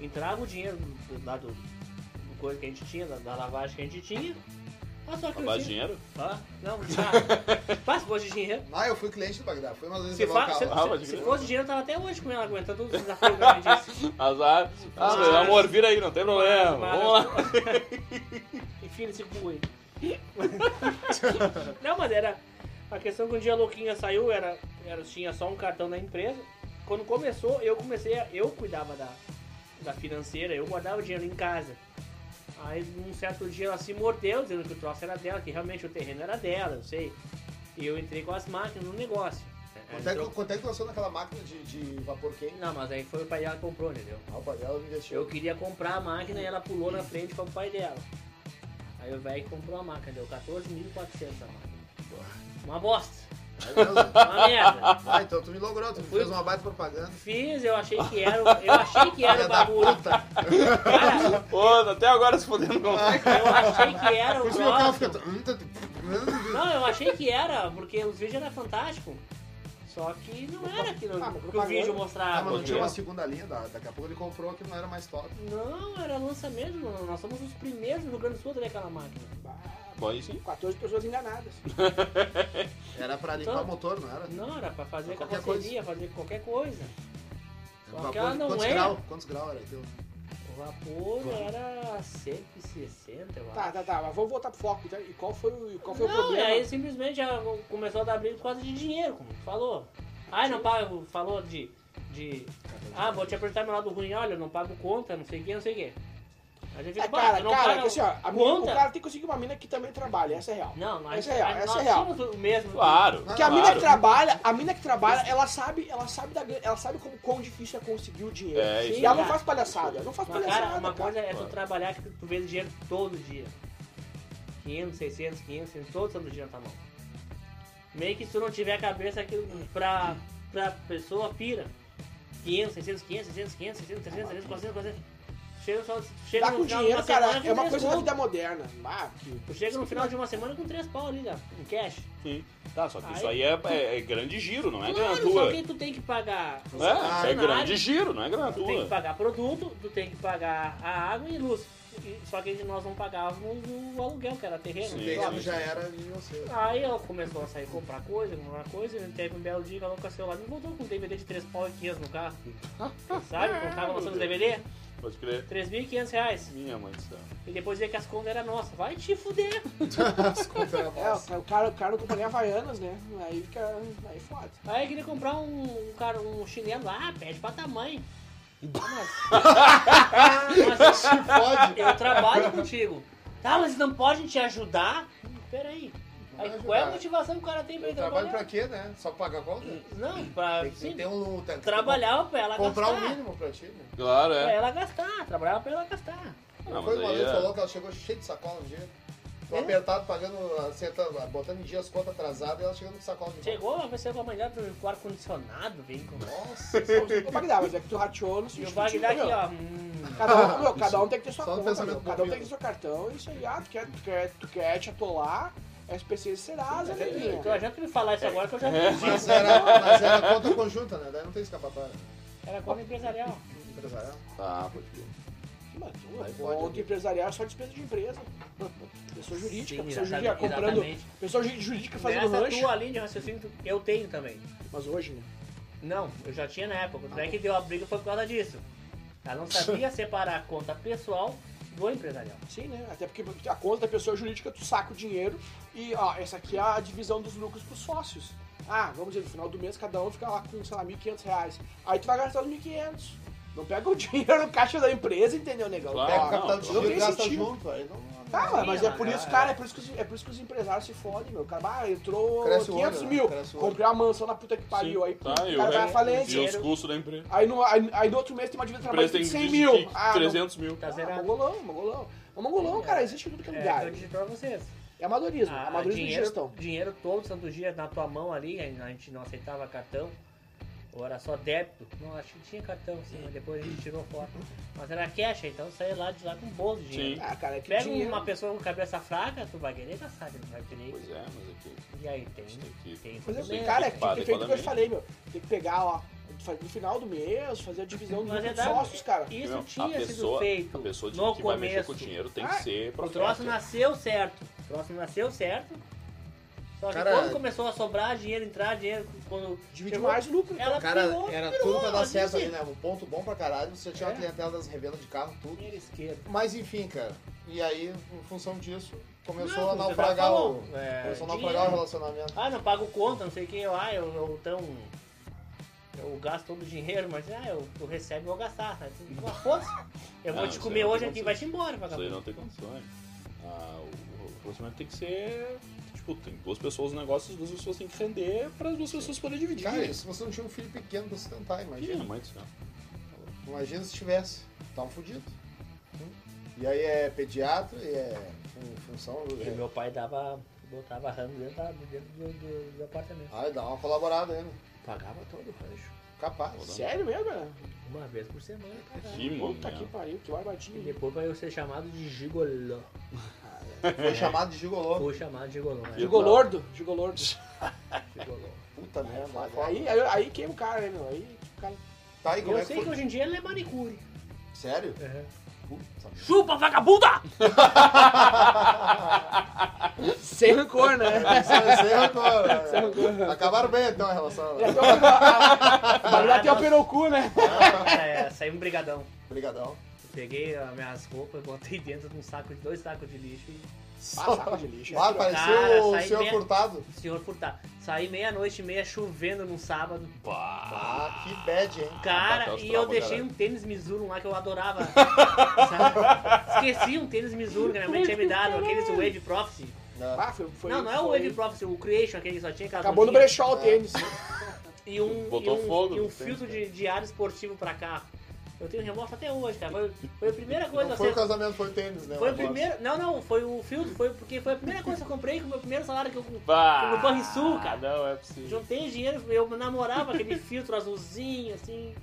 [SPEAKER 5] Entrava o dinheiro do- lá do, do coisa que a gente tinha, da, da lavagem que a gente tinha. Ah, só que
[SPEAKER 6] Lavar
[SPEAKER 5] eu tinha.
[SPEAKER 6] dinheiro?
[SPEAKER 5] Ah, não, já. Faz fosse dinheiro.
[SPEAKER 3] Ah, eu fui cliente do Bagdá, fui umas vezes
[SPEAKER 5] Se, fa-
[SPEAKER 3] levar o
[SPEAKER 5] se-
[SPEAKER 3] carro lá.
[SPEAKER 6] Ah, mas
[SPEAKER 5] se- se
[SPEAKER 6] dinheiro.
[SPEAKER 5] fosse dinheiro, eu tava até hoje com ela aguentando os desafios que ela me disse.
[SPEAKER 6] Azar. Ah,
[SPEAKER 5] Mas-
[SPEAKER 6] meu amor, vira aí, não tem problema.
[SPEAKER 5] Mas-
[SPEAKER 6] Vamos lá.
[SPEAKER 5] [laughs] Enfia nesse cu aí. [laughs] Não, mas era. A questão que um dia a Louquinha saiu era, era. Tinha só um cartão na empresa. Quando começou, eu comecei a. Eu cuidava da, da financeira, eu guardava o dinheiro em casa. Aí um certo dia ela se mordeu, dizendo que o troço era dela, que realmente o terreno era dela, eu sei. E eu entrei com as máquinas no negócio.
[SPEAKER 3] Quanto é, que, quanto é que lançou naquela máquina de, de vapor quente?
[SPEAKER 5] Não, mas aí foi o pai dela que comprou, entendeu?
[SPEAKER 3] Ah, o pai dela investiu.
[SPEAKER 5] Eu queria comprar a máquina e ela pulou na frente com o pai dela. Aí o velho comprou a máquina, deu 14.400 a máquina. Uma bosta,
[SPEAKER 3] Aí, beleza.
[SPEAKER 5] uma merda.
[SPEAKER 3] Ah, então tu me logrou, tu
[SPEAKER 5] Fui-
[SPEAKER 3] fez uma baita
[SPEAKER 5] [laughs]
[SPEAKER 3] propaganda.
[SPEAKER 5] Fiz, eu achei que era, o- eu achei que era
[SPEAKER 3] Filha
[SPEAKER 5] o
[SPEAKER 3] da
[SPEAKER 5] bagulho.
[SPEAKER 3] puta.
[SPEAKER 5] Cara,
[SPEAKER 6] Ô, até agora se podendo comprar.
[SPEAKER 5] eu achei que era
[SPEAKER 3] Por
[SPEAKER 5] o
[SPEAKER 3] isso meu carro fica.
[SPEAKER 5] troço.
[SPEAKER 3] Hum, tá-
[SPEAKER 5] Não, eu achei que era, porque os vídeos eram fantásticos. Só que não era aquilo
[SPEAKER 7] Ah, mas
[SPEAKER 5] que o
[SPEAKER 7] propaganda.
[SPEAKER 5] vídeo
[SPEAKER 3] Ah, mas
[SPEAKER 5] mostrava.
[SPEAKER 3] não tinha uma segunda linha, da- daqui a pouco ele comprou que não era mais top.
[SPEAKER 5] Não, era lançamento, mano. Nós somos os primeiros no Rio Grande do Sul a ter aquela máquina.
[SPEAKER 6] Bom, aí sim.
[SPEAKER 7] 14 pessoas enganadas.
[SPEAKER 3] Era pra limpar
[SPEAKER 5] Então-
[SPEAKER 3] o motor, não era?
[SPEAKER 5] Não, era pra fazer
[SPEAKER 3] Pra qualquer
[SPEAKER 5] carroceria, fazer qualquer coisa. Só
[SPEAKER 3] Vapor-
[SPEAKER 5] que ela não
[SPEAKER 3] quantos
[SPEAKER 5] é.
[SPEAKER 3] grau? Quantos grau era aquilo?
[SPEAKER 5] O vapor era 160, eu acho.
[SPEAKER 7] Tá, tá, tá, mas vamos voltar pro foco. Então, e qual foi o, e qual foi o
[SPEAKER 5] não, é e
[SPEAKER 7] problema?
[SPEAKER 5] aí simplesmente já começou a dar briga por causa de dinheiro, como tu falou. Ai, não pago, falou de. de ah, vou te apresentar meu lado ruim, olha, eu não pago conta, não sei o que, não sei o que. Aí já
[SPEAKER 7] É,
[SPEAKER 5] fica, "Bah,
[SPEAKER 7] cara,
[SPEAKER 5] tu não
[SPEAKER 7] cara,
[SPEAKER 5] paga
[SPEAKER 7] que assim, ó, a mina- o
[SPEAKER 5] conta.
[SPEAKER 7] cara tem que conseguir uma mina que também trabalha, essa é real.
[SPEAKER 5] Não, nós,
[SPEAKER 7] Essa é real,
[SPEAKER 5] nós
[SPEAKER 7] essa é real.
[SPEAKER 5] tínhamos o mesmo.
[SPEAKER 6] Claro.
[SPEAKER 7] Porque a
[SPEAKER 6] claro.
[SPEAKER 7] mina que trabalha, a mina que trabalha, ela sabe, ela sabe da grana- ela sabe como quão difícil é conseguir o dinheiro.
[SPEAKER 6] É,
[SPEAKER 5] isso
[SPEAKER 7] e ela não
[SPEAKER 5] aí.
[SPEAKER 7] faz palhaçada, não faz
[SPEAKER 5] Mas,
[SPEAKER 7] palhaçada.
[SPEAKER 5] cara, uma
[SPEAKER 7] cara.
[SPEAKER 5] coisa é tu trabalhar que tu vê dinheiro todo dia. 500, 600, 500, 600 todo santo dia na tua mão. Meio que se tu não tiver a cabeça que pra,
[SPEAKER 6] Tá
[SPEAKER 5] pra pessoa pira. 500, 600, 500, 600, 500, 600, 300, 300, 400, 400. Chega, só, chega
[SPEAKER 7] Dá
[SPEAKER 5] no
[SPEAKER 7] Tá com
[SPEAKER 5] final
[SPEAKER 7] dinheiro,
[SPEAKER 5] de é uma
[SPEAKER 7] cara,
[SPEAKER 5] semana
[SPEAKER 7] é
[SPEAKER 5] com
[SPEAKER 7] uma
[SPEAKER 5] três
[SPEAKER 7] coisa da
[SPEAKER 5] conto.
[SPEAKER 7] vida moderna. Ah, que-
[SPEAKER 5] Tu Chega no final de uma semana com três pau ali, né? Em cash.
[SPEAKER 6] Sim. Tá, só que isso aí é, é- é grande giro, não é grana
[SPEAKER 5] Claro, só
[SPEAKER 6] tua.
[SPEAKER 5] que tu tem que pagar. os
[SPEAKER 6] É, isso é
[SPEAKER 5] funcionários,
[SPEAKER 6] grande giro, não é grana
[SPEAKER 5] Tu tem que
[SPEAKER 6] tua.
[SPEAKER 5] pagar produto, tu tem que pagar a água e luz. E- Só que nós não pagávamos o aluguel, que era terreno.
[SPEAKER 6] Sim.
[SPEAKER 5] né?
[SPEAKER 3] Pegado já era de você.
[SPEAKER 5] [laughs] Aí ela começou a sair comprar coisa, comprar coisa, e teve um belo dia que ela com a celular e voltou com um DVD de 3 pau e 500 no carro. Sabe? Quando tava lançando os DVD,
[SPEAKER 6] Pode crer.
[SPEAKER 5] 3.500 reais.
[SPEAKER 6] Minha mãe do céu.
[SPEAKER 5] E depois veio que as contas eram nossas. Vai te fuder!
[SPEAKER 3] As contas eram
[SPEAKER 7] É, o
[SPEAKER 3] nossas.
[SPEAKER 7] cara, o cara, o cara não companhia Havaianas, né? Aí fica. Aí é foda.
[SPEAKER 5] Aí eu queria comprar um, um cara, um chinelo lá, pede pra tamanho. Mas, mas
[SPEAKER 3] Se pode.
[SPEAKER 5] eu trabalho contigo. Tá, mas não pode te ajudar? Peraí. [laughs] Aí,
[SPEAKER 3] Não vai
[SPEAKER 5] qual é a
[SPEAKER 3] ajudar.
[SPEAKER 5] motivação que o cara tem pra
[SPEAKER 3] Eu
[SPEAKER 5] ele
[SPEAKER 3] trabalho
[SPEAKER 5] trabalhar?
[SPEAKER 3] pra quê, né? Só pra pagar conta? Tem
[SPEAKER 5] Não, pra
[SPEAKER 3] que
[SPEAKER 5] sim,
[SPEAKER 3] ter um... tem que
[SPEAKER 5] trabalhar pra ela
[SPEAKER 3] Comprar o
[SPEAKER 5] gastar.
[SPEAKER 3] mínimo pra ti, né?
[SPEAKER 6] Claro,
[SPEAKER 5] Pra
[SPEAKER 6] é.
[SPEAKER 5] ela gastar, trabalhar pra ela gastar.
[SPEAKER 6] Não,
[SPEAKER 3] Foi
[SPEAKER 6] mas
[SPEAKER 3] uma
[SPEAKER 6] aí
[SPEAKER 3] vez
[SPEAKER 6] é.
[SPEAKER 3] falou que ela chegou cheia de sacola no dia. Tô
[SPEAKER 5] É?
[SPEAKER 3] apertado, pagando, acertando, botando em dia as contas atrasadas e ela chegando com sacola de volta.
[SPEAKER 5] Chegou uma pessoa com a mãe dela com um ar-condicionado, vem com.
[SPEAKER 3] Nossa,
[SPEAKER 7] Ô, Bagdá, mas é que tu rateou no
[SPEAKER 5] E o
[SPEAKER 7] sentido.
[SPEAKER 5] Bagdá aqui, ó. hum,
[SPEAKER 7] Cada um, meu, cada um tem que ter sua
[SPEAKER 3] Só um
[SPEAKER 7] conta,
[SPEAKER 3] pensamento
[SPEAKER 7] meu. cada um
[SPEAKER 3] bom,
[SPEAKER 7] tem que ter seu cartão, isso aí. Ah, tu quer, tu quer, tu quer te atolar, SPC
[SPEAKER 5] É,
[SPEAKER 7] Serasa, amiguinho.
[SPEAKER 5] Não adianta me falar isso agora que eu já fiz.
[SPEAKER 3] mas era, mas era conta conjunta, né? Daí não tem escapatória. É.
[SPEAKER 5] Era conta empresarial.
[SPEAKER 3] Empresarial.
[SPEAKER 6] Tá, pode crer.
[SPEAKER 7] Mano,
[SPEAKER 3] Aí
[SPEAKER 7] tu-
[SPEAKER 3] pode,
[SPEAKER 7] conta
[SPEAKER 3] né?
[SPEAKER 7] empresarial é só despesa de empresa. Pessoa jurídica,
[SPEAKER 5] Sim,
[SPEAKER 7] pessoa jurídica
[SPEAKER 5] exatamente,
[SPEAKER 7] comprando.
[SPEAKER 5] exatamente.
[SPEAKER 7] Pessoa ju- jurídica fazendo
[SPEAKER 5] Essa
[SPEAKER 7] rancho.
[SPEAKER 5] tua linha de raciocínio tu- eu tenho também.
[SPEAKER 7] Mas hoje, né?
[SPEAKER 5] Não, eu já tinha na época. Não é que deu a briga foi por causa disso. Ela não sabia separar a conta pessoal
[SPEAKER 3] [laughs]
[SPEAKER 5] do empresarial.
[SPEAKER 7] Sim, né? Até porque a conta da pessoa jurídica, tu saca o dinheiro e, ó, essa aqui é a divisão dos lucros pros sócios. Ah, vamos dizer, no final do mês cada um fica lá com, sei lá, 1.500 reais. Aí tu vai gastar os 1.500. Não pega o [laughs] dinheiro no caixa da empresa, entendeu, negão?
[SPEAKER 5] Ah,
[SPEAKER 6] Claro,
[SPEAKER 3] Pega
[SPEAKER 7] Ó,
[SPEAKER 3] o capital
[SPEAKER 6] não,
[SPEAKER 3] de
[SPEAKER 7] não
[SPEAKER 3] giro e
[SPEAKER 7] tem
[SPEAKER 3] gasta
[SPEAKER 5] um
[SPEAKER 7] sentido.
[SPEAKER 3] junto, aí não...
[SPEAKER 7] Tá, mas, mas é por isso,
[SPEAKER 5] Sim,
[SPEAKER 7] cara, é por isso, que os, é por isso que os empresários se fodem, meu. O cara, ah, entrou
[SPEAKER 3] Cresce o
[SPEAKER 7] 500
[SPEAKER 3] olho, né?
[SPEAKER 7] mil,
[SPEAKER 3] Cresce o olho.
[SPEAKER 7] comprei uma mansão na puta que pariu, aí
[SPEAKER 6] Tá,
[SPEAKER 7] puta,
[SPEAKER 6] e
[SPEAKER 7] o
[SPEAKER 6] o
[SPEAKER 7] cara vai à
[SPEAKER 6] resto-
[SPEAKER 5] É
[SPEAKER 7] falência.
[SPEAKER 6] E os custos da
[SPEAKER 5] Tá,
[SPEAKER 6] empresa.
[SPEAKER 7] Aí no, aí, aí no outro mês tem uma dívida de
[SPEAKER 6] A
[SPEAKER 7] trabalho
[SPEAKER 6] empresa
[SPEAKER 7] de
[SPEAKER 6] tem
[SPEAKER 7] 100
[SPEAKER 6] diz
[SPEAKER 7] mil.
[SPEAKER 6] que
[SPEAKER 7] Ah, não-
[SPEAKER 6] 300 mil.
[SPEAKER 5] Tá
[SPEAKER 7] Ah,
[SPEAKER 5] zerado.
[SPEAKER 7] mongolão, mongolão. Ô, mongolão, cara, existe em tudo que é
[SPEAKER 5] É,
[SPEAKER 7] lugar.
[SPEAKER 5] eu disse pra vocês.
[SPEAKER 7] É amadorismo,
[SPEAKER 5] Ah,
[SPEAKER 7] amadorismo de
[SPEAKER 5] dinheiro,
[SPEAKER 7] gestão.
[SPEAKER 5] dinheiro todo, santo dia, na tua mão ali, a gente não aceitava cartão, ou era só débito. Não, acho que tinha cartão, sim, mas depois a gente tirou fora. Mas era cash, então saía lá de lá com um bolso de dinheiro.
[SPEAKER 6] Sim.
[SPEAKER 7] Ah, cara, é que
[SPEAKER 5] Pega
[SPEAKER 7] dinheiro...
[SPEAKER 5] uma pessoa com cabeça fraca, tu vai querer gastar, tu não vai querer.
[SPEAKER 6] Pois é, mas aqui.
[SPEAKER 5] E aí, tem,
[SPEAKER 6] Isso aqui.
[SPEAKER 5] tem
[SPEAKER 7] Mas é,
[SPEAKER 5] fundamento.
[SPEAKER 7] cara, é
[SPEAKER 6] que
[SPEAKER 7] que
[SPEAKER 6] pagar
[SPEAKER 7] tem que feito o que eu
[SPEAKER 6] adequadamente.
[SPEAKER 7] falei, meu. Tem que pegar, ó, faz- no final do mês, fazer a divisão dos
[SPEAKER 5] Na
[SPEAKER 7] lucros dos
[SPEAKER 5] é verdade,
[SPEAKER 7] sócios, cara.
[SPEAKER 5] isso
[SPEAKER 6] Não,
[SPEAKER 5] tinha
[SPEAKER 6] a
[SPEAKER 5] sido
[SPEAKER 6] pessoa,
[SPEAKER 5] feito
[SPEAKER 6] a pessoa de,
[SPEAKER 5] no
[SPEAKER 6] que vai mexer
[SPEAKER 5] começo.
[SPEAKER 6] com o dinheiro tem
[SPEAKER 7] Ah,
[SPEAKER 6] que ser
[SPEAKER 5] O troço
[SPEAKER 6] profeta.
[SPEAKER 5] nasceu certo. O troço nasceu certo. Só que
[SPEAKER 3] Cara,
[SPEAKER 5] quando começou a sobrar dinheiro, entrar dinheiro, quando.
[SPEAKER 7] Divide
[SPEAKER 5] chegou,
[SPEAKER 7] mais o lucro.
[SPEAKER 5] Ela
[SPEAKER 3] Cara,
[SPEAKER 5] pirou,
[SPEAKER 3] era
[SPEAKER 5] pirou,
[SPEAKER 3] tudo pra dar
[SPEAKER 5] ela
[SPEAKER 3] certo
[SPEAKER 5] disse,
[SPEAKER 3] ali, né? Um ponto bom pra caralho, você tinha
[SPEAKER 5] É.
[SPEAKER 3] uma clientela das revendas de carro, tudo.
[SPEAKER 5] Dinheiro esquerdo.
[SPEAKER 3] Mas enfim, cara. E aí, em função disso, começou
[SPEAKER 5] Não,
[SPEAKER 3] a
[SPEAKER 5] você já
[SPEAKER 3] naufragar
[SPEAKER 5] falou.
[SPEAKER 3] o.
[SPEAKER 5] É,
[SPEAKER 3] começou a
[SPEAKER 5] dinheiro.
[SPEAKER 3] naufragar o relacionamento.
[SPEAKER 5] Ah, não pago conta, não sei o que, ah, eu, eu tão. Eu gasto todo o dinheiro, mas ah, eu, tu recebe, eu vou gastar. Né? Tu- Uma força. Eu vou
[SPEAKER 6] Não,
[SPEAKER 5] te
[SPEAKER 6] Ah, isso
[SPEAKER 5] comer
[SPEAKER 6] aí não
[SPEAKER 5] hoje
[SPEAKER 6] tem
[SPEAKER 5] aqui,
[SPEAKER 6] condições.
[SPEAKER 5] vai te embora,
[SPEAKER 6] Isso aí
[SPEAKER 5] vagabundo.
[SPEAKER 6] não tem condições. Ah, o, o relacionamento tem que ser. Tipo, tem duas pessoas no negócio, as duas pessoas têm que render para as duas pessoas poderem dividir.
[SPEAKER 3] Cara, e se você não tinha um filho pequeno pra sustentar,
[SPEAKER 6] Minha
[SPEAKER 3] imagina.
[SPEAKER 6] mãe do céu.
[SPEAKER 3] Imagina se tivesse. Tava fudido. E aí é pediatra e é fun- função.
[SPEAKER 5] E meu pai dava. botava ramo dentro, da- dentro do, do- do apartamento.
[SPEAKER 3] Ah, dá uma colaborada aí, né?
[SPEAKER 5] Pagava todo o rancho.
[SPEAKER 3] Capaz.
[SPEAKER 7] Sério mesmo, cara?
[SPEAKER 5] Uma vez por semana, pagava.
[SPEAKER 6] Que
[SPEAKER 7] Puta que
[SPEAKER 6] momento.
[SPEAKER 7] pariu, que
[SPEAKER 5] E
[SPEAKER 7] barbadinho.
[SPEAKER 5] depois vai eu ser chamado de gigolô.
[SPEAKER 3] Foi chamado de gigolô.
[SPEAKER 5] Foi chamado de gigolô. né?
[SPEAKER 7] Gigolordo, gigolordo.
[SPEAKER 5] Gigolô.
[SPEAKER 3] Puta merda. lá fora.
[SPEAKER 7] Aí, aí, aí queima o cara, né, meu? Aí o cara...
[SPEAKER 3] Tá aí,
[SPEAKER 5] E
[SPEAKER 3] como
[SPEAKER 5] Eu
[SPEAKER 3] é que
[SPEAKER 5] sei que
[SPEAKER 3] foi?
[SPEAKER 5] hoje em dia ele é manicure.
[SPEAKER 3] Sério?
[SPEAKER 7] É.
[SPEAKER 3] Puta
[SPEAKER 7] [laughs]
[SPEAKER 3] merda. [laughs]
[SPEAKER 5] Chupa, vagabunda!
[SPEAKER 7] Sem rancor, né?
[SPEAKER 3] Isso aí arrancou. Acabaram bem então a relação. né?
[SPEAKER 7] Bagdá tem o perucu, né?
[SPEAKER 5] é, saiu um brigadão.
[SPEAKER 3] Obrigadão.
[SPEAKER 5] Eu Peguei as minhas roupas, botei dentro de um saco de dois sacos de lixo e
[SPEAKER 7] Ah, saco de lixo.
[SPEAKER 3] Ah,
[SPEAKER 5] Cara,
[SPEAKER 3] pareceu o
[SPEAKER 5] sai
[SPEAKER 3] senhor
[SPEAKER 5] mesmo.
[SPEAKER 3] furtado.
[SPEAKER 5] o senhor furtar. Saí meia-noite e meia chovendo num sábado.
[SPEAKER 3] Ah, que bad, hein?
[SPEAKER 5] Cara,
[SPEAKER 6] Bateu tá, os
[SPEAKER 5] e eu
[SPEAKER 6] traumas,
[SPEAKER 5] deixei
[SPEAKER 6] caralho.
[SPEAKER 5] um tênis Mizuno lá que eu
[SPEAKER 6] [laughs]
[SPEAKER 5] adorava. sabe? Esqueci um tênis Mizuno que minha mãe tinha me dado, aqueles Wave Prophecy.
[SPEAKER 7] Ah, foi, foi,
[SPEAKER 5] não, não é o É.
[SPEAKER 7] foi-
[SPEAKER 5] Wave Prophecy, o Creation, aquele que só tinha aquelas
[SPEAKER 7] Acabou no
[SPEAKER 5] ondinhas.
[SPEAKER 7] brechó o tênis.
[SPEAKER 5] E um, e
[SPEAKER 6] Botou
[SPEAKER 5] um,
[SPEAKER 6] fogo
[SPEAKER 5] e um
[SPEAKER 6] no
[SPEAKER 5] filtro de, de ar esportivo pra carro. Eu tenho remorso até hoje, cara. Foi, foi a primeira coisa
[SPEAKER 7] é,
[SPEAKER 3] Não foi o
[SPEAKER 5] assim.
[SPEAKER 3] casamento, foi o tênis, né?
[SPEAKER 5] Foi
[SPEAKER 3] o
[SPEAKER 5] o primeiro. Não, não, foi o filtro, foi porque foi a primeira coisa que eu comprei com o meu primeiro salário que eu
[SPEAKER 6] Bah!
[SPEAKER 5] No Banrisul, cara.
[SPEAKER 6] Não, é possível.
[SPEAKER 5] juntei dinheiro, eu namorava aquele filtro azulzinho, assim.